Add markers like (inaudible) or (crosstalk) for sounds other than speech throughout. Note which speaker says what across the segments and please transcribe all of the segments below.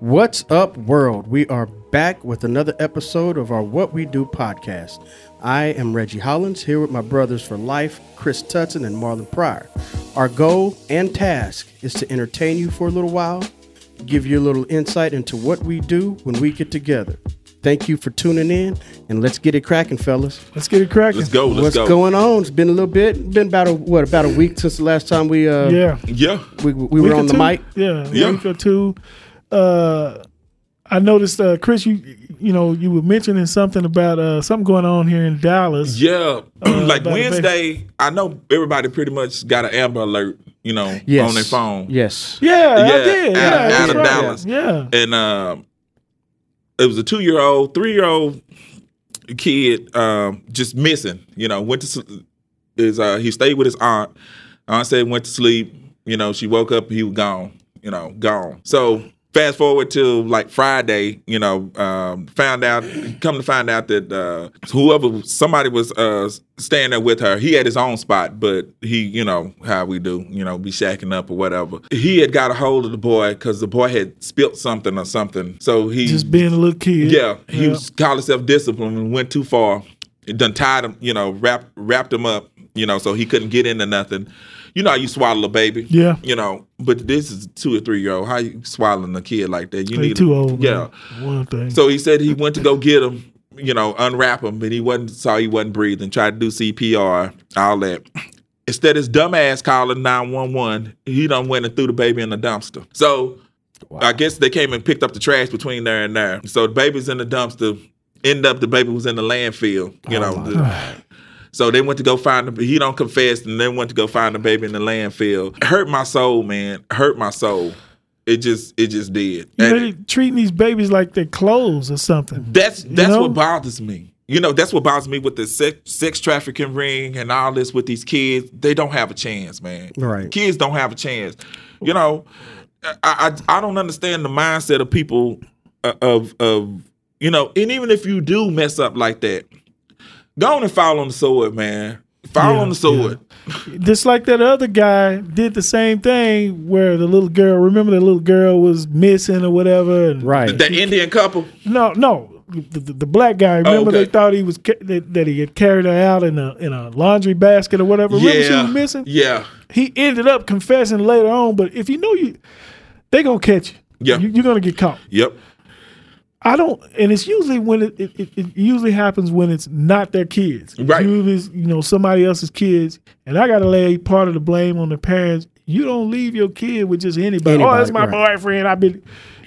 Speaker 1: What's up, world? We are back with another episode of our What We Do podcast. I am Reggie Hollins here with my brothers for life, Chris Tutson and Marlon Pryor. Our goal and task is to entertain you for a little while, give you a little insight into what we do when we get together. Thank you for tuning in, and let's get it cracking, fellas.
Speaker 2: Let's get it cracking.
Speaker 3: Let's go. Let's
Speaker 1: What's
Speaker 3: go.
Speaker 1: going on? It's been a little bit, been about a what about a week since the last time we uh
Speaker 2: Yeah.
Speaker 3: Yeah.
Speaker 1: we, we
Speaker 2: Week
Speaker 1: were
Speaker 2: or
Speaker 1: on the
Speaker 2: two.
Speaker 1: mic.
Speaker 2: Yeah.
Speaker 3: Yeah.
Speaker 2: Week or two. Uh, I noticed, uh, Chris, you you know you were mentioning something about uh, something going on here in Dallas.
Speaker 3: Yeah. (clears throat) like
Speaker 2: but-
Speaker 3: Wednesday, I know everybody pretty much got an Amber Alert, you know,
Speaker 1: Yes.
Speaker 3: on their phone.
Speaker 1: Yes.
Speaker 2: Yeah, I
Speaker 3: Yeah,
Speaker 2: did.
Speaker 3: out-
Speaker 2: yeah,
Speaker 3: out
Speaker 2: that's
Speaker 3: of
Speaker 2: right.
Speaker 3: Dallas.
Speaker 2: Yeah.
Speaker 3: And um, it was a two year old, three year old kid um, just missing, you know, went to sl- is uh he stayed with his aunt. Aunt said went to sleep, you know, she woke up, he was gone, you know, gone. So fast forward to like Friday, you know, um, found out come to find out that uh whoever somebody was uh staying there with her, he had his own spot, but he, you know, how we do, you know, be shacking up or whatever. He had got a hold of the boy because the boy had spilt something or something. So he
Speaker 2: Just being a little kid.
Speaker 3: yeah, he was called himself disciplined and went too far. It done tied him, you know, wrapped wrapped him up, you know, so he couldn't get into nothing. You know how you swaddle a baby.
Speaker 2: Yeah.
Speaker 3: You know, but this is a two or three year old. How you swaddling a kid like that? You
Speaker 2: They
Speaker 3: need
Speaker 2: too old.
Speaker 3: Yeah.
Speaker 2: man. One thing.
Speaker 3: So he said he went to go get him, you know, unwrap him, and he wasn't saw he wasn't breathing, tried to do CPR, all that. Instead, his dumbass calling 911, he done went and threw the baby in the dumpster. So I guess they came and picked up the trash between there and there. So the baby's in the dumpster. End up the baby was in the landfill,
Speaker 2: Oh
Speaker 3: you know. So they went to go find the he don't confess and then went to go find the baby in the landfill. Hurt my soul, man. Hurt my soul. It just it just did.
Speaker 2: you know,
Speaker 3: And-
Speaker 2: they treating these babies like they're clothes or something.
Speaker 3: that's that's
Speaker 2: know?
Speaker 3: what bothers me. You know, that's what bothers me with the sex, sex trafficking ring and all this with these kids. They don't have a chance, man.
Speaker 1: Right.
Speaker 3: Kids don't have a chance. You know, I I, I don't understand the mindset of people uh, of of you know, and even if you do mess up like that, go on and fall on the sword, man. Fall
Speaker 2: Yeah,
Speaker 3: on the sword. Mm-hmm.
Speaker 2: Just like that other guy did the same thing where the little girl, remember the little girl was missing or whatever. And
Speaker 1: Right.
Speaker 3: That Indian couple.
Speaker 2: No, no. The, the, the black guy. Remember,
Speaker 3: Oh, okay.
Speaker 2: they thought he was ca- that, that he had carried her out in a in a laundry basket or whatever. Remember, she was missing.
Speaker 3: Yeah.
Speaker 2: He ended up confessing later on. But if you know you, they gonna catch you.
Speaker 3: Yeah.
Speaker 2: you, you're gonna get caught.
Speaker 3: Yep.
Speaker 2: I don't, and it's usually when it, it, it, it usually happens when it's not their kids. It's
Speaker 3: Right.
Speaker 2: usually it's, you know somebody else's kids, and I gotta lay part of the blame on the parents. You don't leave your kid with just anybody. oh,
Speaker 1: Anybody,
Speaker 2: that's my
Speaker 1: right.
Speaker 2: boyfriend. I've been.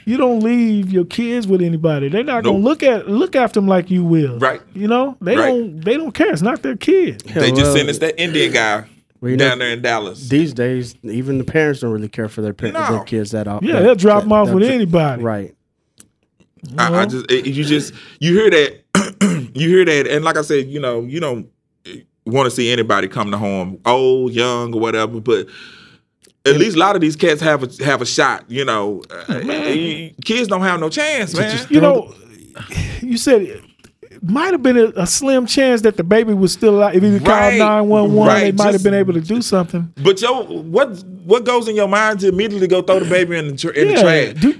Speaker 2: You don't leave your kids with anybody. They're not gonna
Speaker 3: Nope.
Speaker 2: look at look after them like you will.
Speaker 3: Right.
Speaker 2: You know they
Speaker 3: Right.
Speaker 2: don't they don't care. It's not their kid.
Speaker 1: Well,
Speaker 3: They just sentenced that Indian guy
Speaker 1: well, you know-
Speaker 3: down there in Dallas.
Speaker 1: These days, even the parents don't really care for their parents,
Speaker 3: No.
Speaker 1: their kids that often.
Speaker 2: Yeah, they'll drop them off with anybody.
Speaker 1: Right.
Speaker 3: I, I
Speaker 2: know?
Speaker 3: just it, you just you hear that (clears throat) you hear that and like I said you know you don't want to see anybody come to harm old young or whatever but at least a lot of these cats have a have a shot you know Uh, kids don't have no chance man
Speaker 2: You know, (sighs) you said it might have been a, a slim chance that the baby was still alive. If he called
Speaker 3: Right,
Speaker 2: nine one one, they
Speaker 3: right,
Speaker 2: might have
Speaker 3: just-
Speaker 2: been able to do something.
Speaker 3: but yo what what goes in your mind to immediately go throw the baby in the, tr- in the trash
Speaker 2: Do,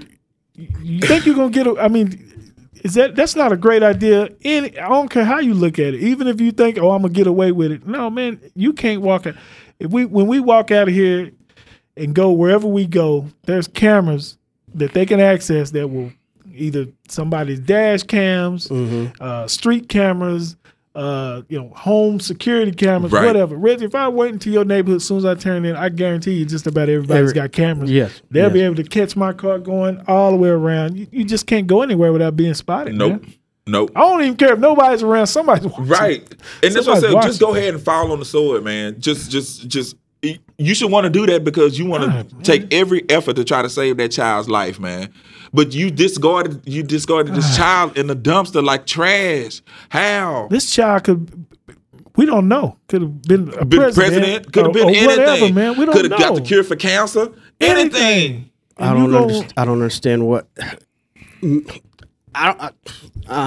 Speaker 2: you think you're gonna get? A, I mean, is that that's not a great idea? Any, I don't care how you look at it. Even if you think, oh, I'm gonna get away with it. No, man, you can't walk. Out. If we when we walk out of here and go wherever we go, there's cameras that they can access that will either somebody's dash cams,
Speaker 3: Mm-hmm.
Speaker 2: uh, street cameras. Uh, you know, home security cameras,
Speaker 3: Right.
Speaker 2: whatever. Reggie, if I went into your neighborhood as soon as I turn in, I guarantee you just about everybody's
Speaker 1: Every-
Speaker 2: got cameras.
Speaker 1: Yes,
Speaker 2: They'll be
Speaker 1: yes.
Speaker 2: able to catch my car going all the way around. You, you just can't go anywhere without being spotted.
Speaker 3: nope
Speaker 2: man.
Speaker 3: nope
Speaker 2: I don't even care if nobody's around. Somebody's watching.
Speaker 3: Right. And that's what I
Speaker 2: Somebody's
Speaker 3: said. Just
Speaker 2: watching.
Speaker 3: go ahead and fall on the sword, man. Just, just, just. You should want to do that because you want
Speaker 2: God,
Speaker 3: to take every effort to try to save that child's life, man. But you discarded, you discarded this child in the dumpster like trash. How?
Speaker 2: This child could. We don't know. Could have been a
Speaker 3: Been
Speaker 2: president.
Speaker 3: president could have been
Speaker 2: or, or
Speaker 3: anything.
Speaker 2: Whatever, man. We don't
Speaker 3: Could
Speaker 2: know.
Speaker 3: have got the cure for cancer. Anything.
Speaker 1: I
Speaker 2: And
Speaker 1: don't.
Speaker 2: you gonna-
Speaker 1: Underst- I don't understand what. I, I,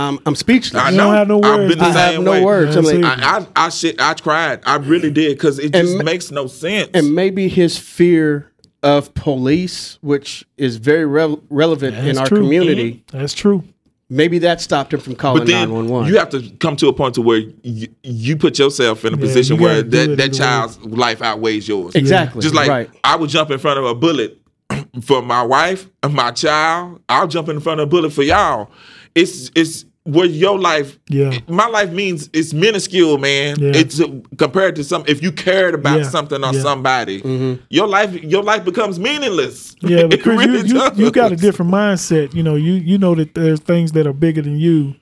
Speaker 1: um, I'm speechless.
Speaker 3: I
Speaker 2: You don't
Speaker 3: know.
Speaker 2: have no
Speaker 3: I've
Speaker 2: words,
Speaker 3: been the
Speaker 2: man.
Speaker 1: I have
Speaker 3: same
Speaker 1: no
Speaker 3: way.
Speaker 1: words. I'm
Speaker 2: Yeah,
Speaker 1: like-
Speaker 2: see.
Speaker 3: I, I, I shit. I cried. I really did because it just
Speaker 1: ma-
Speaker 3: makes no sense.
Speaker 1: and maybe his fear of police, which is very rel relevant in
Speaker 2: That's
Speaker 1: our
Speaker 2: true. Mm-hmm.
Speaker 1: community.
Speaker 2: That's true.
Speaker 1: Maybe that stopped him from calling
Speaker 3: But then
Speaker 1: nine one one.
Speaker 3: you have to come to a point to where you, you put yourself in a
Speaker 2: Yeah,
Speaker 3: position
Speaker 2: you gotta
Speaker 3: where
Speaker 2: do
Speaker 3: that,
Speaker 2: it
Speaker 3: that
Speaker 2: either
Speaker 3: child's life outweighs yours.
Speaker 1: Exactly.
Speaker 3: Just like
Speaker 1: right.
Speaker 3: I would jump in front of a bullet (clears throat) for my wife and my child. I'll jump in front of a bullet for y'all. It's it's where your life.
Speaker 2: Yeah.
Speaker 3: My life means it's minuscule, man.
Speaker 2: Yeah.
Speaker 3: It's uh, compared to some. If you cared about
Speaker 2: Yeah.
Speaker 3: something or
Speaker 2: Yeah.
Speaker 3: somebody,
Speaker 1: Mm-hmm.
Speaker 3: your life your life becomes meaningless.
Speaker 2: Yeah,
Speaker 3: (laughs) It
Speaker 2: because
Speaker 3: really
Speaker 2: you, you,
Speaker 3: does.
Speaker 2: you got a different mindset. You know, you you know that there's things that are bigger than you,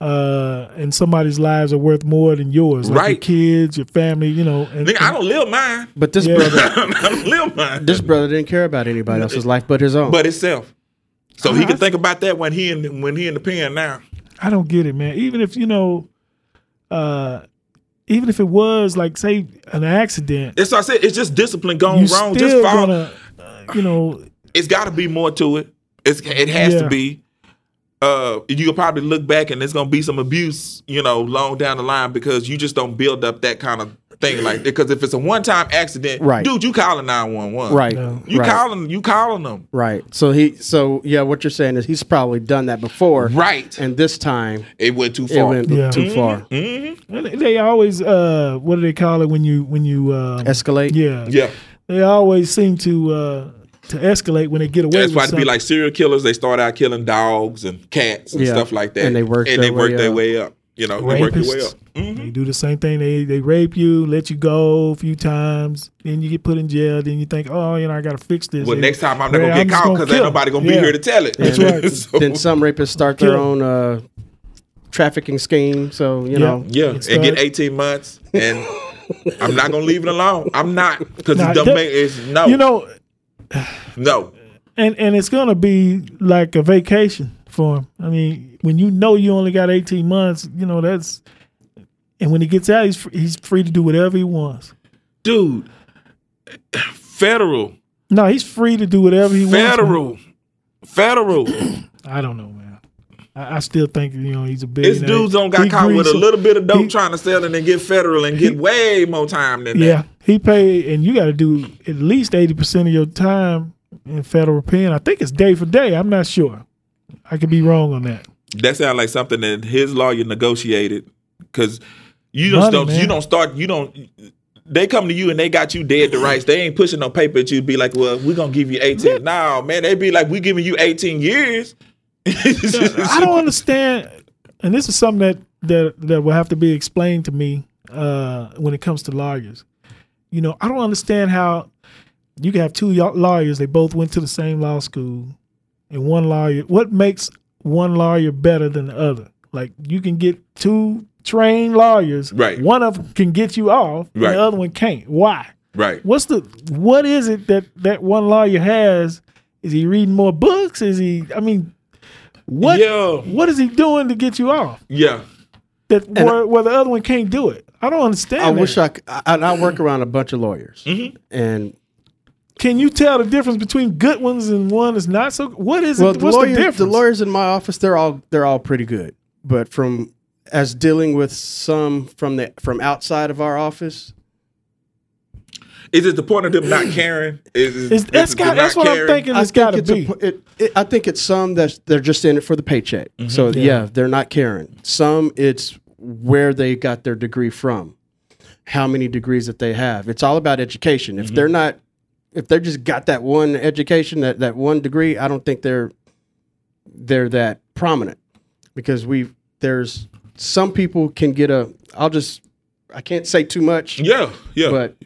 Speaker 2: uh, and somebody's lives are worth more than yours. Like Your
Speaker 3: Right.
Speaker 2: kids, your family. You know, and,
Speaker 3: Nigga, I don't live mine. (laughs)
Speaker 1: But this
Speaker 2: Yeah.
Speaker 1: brother,
Speaker 3: I don't live mine.
Speaker 1: this brother didn't care about anybody else's life but his own.
Speaker 3: but itself. So he
Speaker 2: Uh-huh.
Speaker 3: can think about that when he in when he in the pen now.
Speaker 2: I don't get it, man. Even if you know, uh, even if it was like say an accident,
Speaker 3: That's what I said. It's just discipline
Speaker 2: you
Speaker 3: gone wrong. Just
Speaker 2: still
Speaker 3: follow.
Speaker 2: gonna, uh, you know,
Speaker 3: It's got to be more to it. It's it has
Speaker 2: Yeah.
Speaker 3: to be. Uh, you'll probably look back and there's gonna be some abuse, you know, long down the line because you just don't build up that kind of thing like because if it's a one time accident,
Speaker 1: Right.
Speaker 3: dude, you calling nine one one,
Speaker 1: right.
Speaker 2: No.
Speaker 3: You
Speaker 1: right.
Speaker 3: calling you calling them,
Speaker 1: Right. So he. So yeah, what you're saying is he's probably done that before.
Speaker 3: right?
Speaker 1: And this time
Speaker 3: It went too
Speaker 1: it
Speaker 3: far.
Speaker 1: went
Speaker 2: Yeah.
Speaker 1: too far.
Speaker 3: Mhm.
Speaker 2: they they always uh, what do they call it when you when you um,
Speaker 1: Escalate.
Speaker 2: yeah
Speaker 3: Yeah,
Speaker 2: they always seem to uh, to escalate when they get away.
Speaker 3: that's
Speaker 2: with
Speaker 3: why to be
Speaker 2: something.
Speaker 3: like serial killers. They start out killing dogs and cats and
Speaker 1: Yeah.
Speaker 3: stuff like that,
Speaker 1: And they work
Speaker 3: and
Speaker 1: their
Speaker 3: they work
Speaker 1: way
Speaker 3: their
Speaker 1: up.
Speaker 3: way up. You know, they work their way up. Mm-hmm.
Speaker 2: rapists. They do the same thing. They they rape you, let you go a few times, then you get put in jail. Then you think, oh, you know, I got to fix this.
Speaker 3: Well,
Speaker 2: And-
Speaker 3: next time I'm
Speaker 2: Well,
Speaker 3: not gonna
Speaker 2: I'm
Speaker 3: get
Speaker 2: just
Speaker 3: caught
Speaker 2: gonna
Speaker 3: because ain't
Speaker 2: kill.
Speaker 3: nobody gonna be
Speaker 2: Yeah.
Speaker 3: here to tell it.
Speaker 1: That's
Speaker 2: right.
Speaker 3: So, (laughs)
Speaker 1: Then some rapists start their
Speaker 2: Kill.
Speaker 1: own uh, trafficking scheme. So you
Speaker 2: Yeah.
Speaker 1: know.
Speaker 3: yeah,
Speaker 2: It's
Speaker 3: and get
Speaker 2: right.
Speaker 3: 18 months, and I'm not gonna leave it alone. I'm not because
Speaker 2: Nah,
Speaker 3: it don't
Speaker 2: that-
Speaker 3: make it's no,
Speaker 2: you know,
Speaker 3: no.
Speaker 2: and and it's gonna be like a vacation for him. I mean, when you know you only got eighteen months, you know that's. And when he gets out, he's fr- he's free to do whatever he wants.
Speaker 3: dude. Federal,
Speaker 2: No, he's free to do whatever he wants.
Speaker 3: federal,
Speaker 2: (clears throat)
Speaker 3: federal.
Speaker 2: man. I don't know, man. I, I still think you know he's a big.
Speaker 3: This dude's don't got caught with a little bit of dope
Speaker 2: he-
Speaker 3: trying to sell and then get federal and get way more time than
Speaker 2: Yeah,
Speaker 3: that.
Speaker 2: he paid, and you got to do at least eighty percent of your time in federal pen. I think it's day for day. I'm not sure. I could be wrong on that.
Speaker 3: That sounds like something that his lawyer negotiated because you don't
Speaker 2: Money,
Speaker 3: start,
Speaker 2: man.
Speaker 3: you don't start you don't. They come to you and they got you dead to rights. They ain't pushing no paper at you. Be like, well, we gonna give you eighteen. No, man, they be like, we giving you
Speaker 2: (laughs)
Speaker 3: eighteen years.
Speaker 2: I don't understand, and this is something that that that will have to be explained to me uh, when it comes to lawyers. You know, I don't understand how you can have two y- lawyers. They both went to the same law school, and one lawyer. What makes one lawyer better than the other? Like you can get two trained lawyers.
Speaker 3: Right.
Speaker 2: One of them can get you off, and
Speaker 3: Right.
Speaker 2: the other one can't. Why?
Speaker 3: Right.
Speaker 2: What's the what is it that that one lawyer has? Is he reading more books? Is he? I mean, what
Speaker 3: Yeah.
Speaker 2: what is he doing to get you off?
Speaker 3: Yeah.
Speaker 2: That where, where the other one can't do it. I don't understand.
Speaker 1: I
Speaker 2: that.
Speaker 1: wish I, c- I and I work around a bunch of lawyers,
Speaker 3: Mm-hmm.
Speaker 1: and
Speaker 2: Can you tell the difference between good ones and one that's not so? What is
Speaker 1: well,
Speaker 2: it?
Speaker 1: the
Speaker 2: What's
Speaker 1: lawyers,
Speaker 2: the
Speaker 1: the,
Speaker 2: difference?
Speaker 1: lawyers in my office, they're all they're all pretty good. But from as dealing with some from the from outside of our office,
Speaker 3: Is it the point of them not caring? Is, is,
Speaker 2: It's- that's
Speaker 3: it
Speaker 2: got-
Speaker 3: them
Speaker 2: that's
Speaker 3: not
Speaker 2: what I'm
Speaker 3: caring?
Speaker 2: thinking.
Speaker 1: I
Speaker 2: It's gotta
Speaker 1: think it's a
Speaker 2: be.
Speaker 1: p- it, it, I think it's some that they're just in it for the paycheck.
Speaker 2: Mm-hmm.
Speaker 1: So yeah. they're not caring. Some it's where they got their degree from, how many degrees that they have. It's all about education. If
Speaker 2: Mm-hmm.
Speaker 1: they're not, if they just got that one education, that that one degree, I don't think they're they're that prominent because we there's some people can get a. I'll just I can't say too much
Speaker 3: Yeah.
Speaker 1: (laughs)
Speaker 3: Yeah.
Speaker 1: but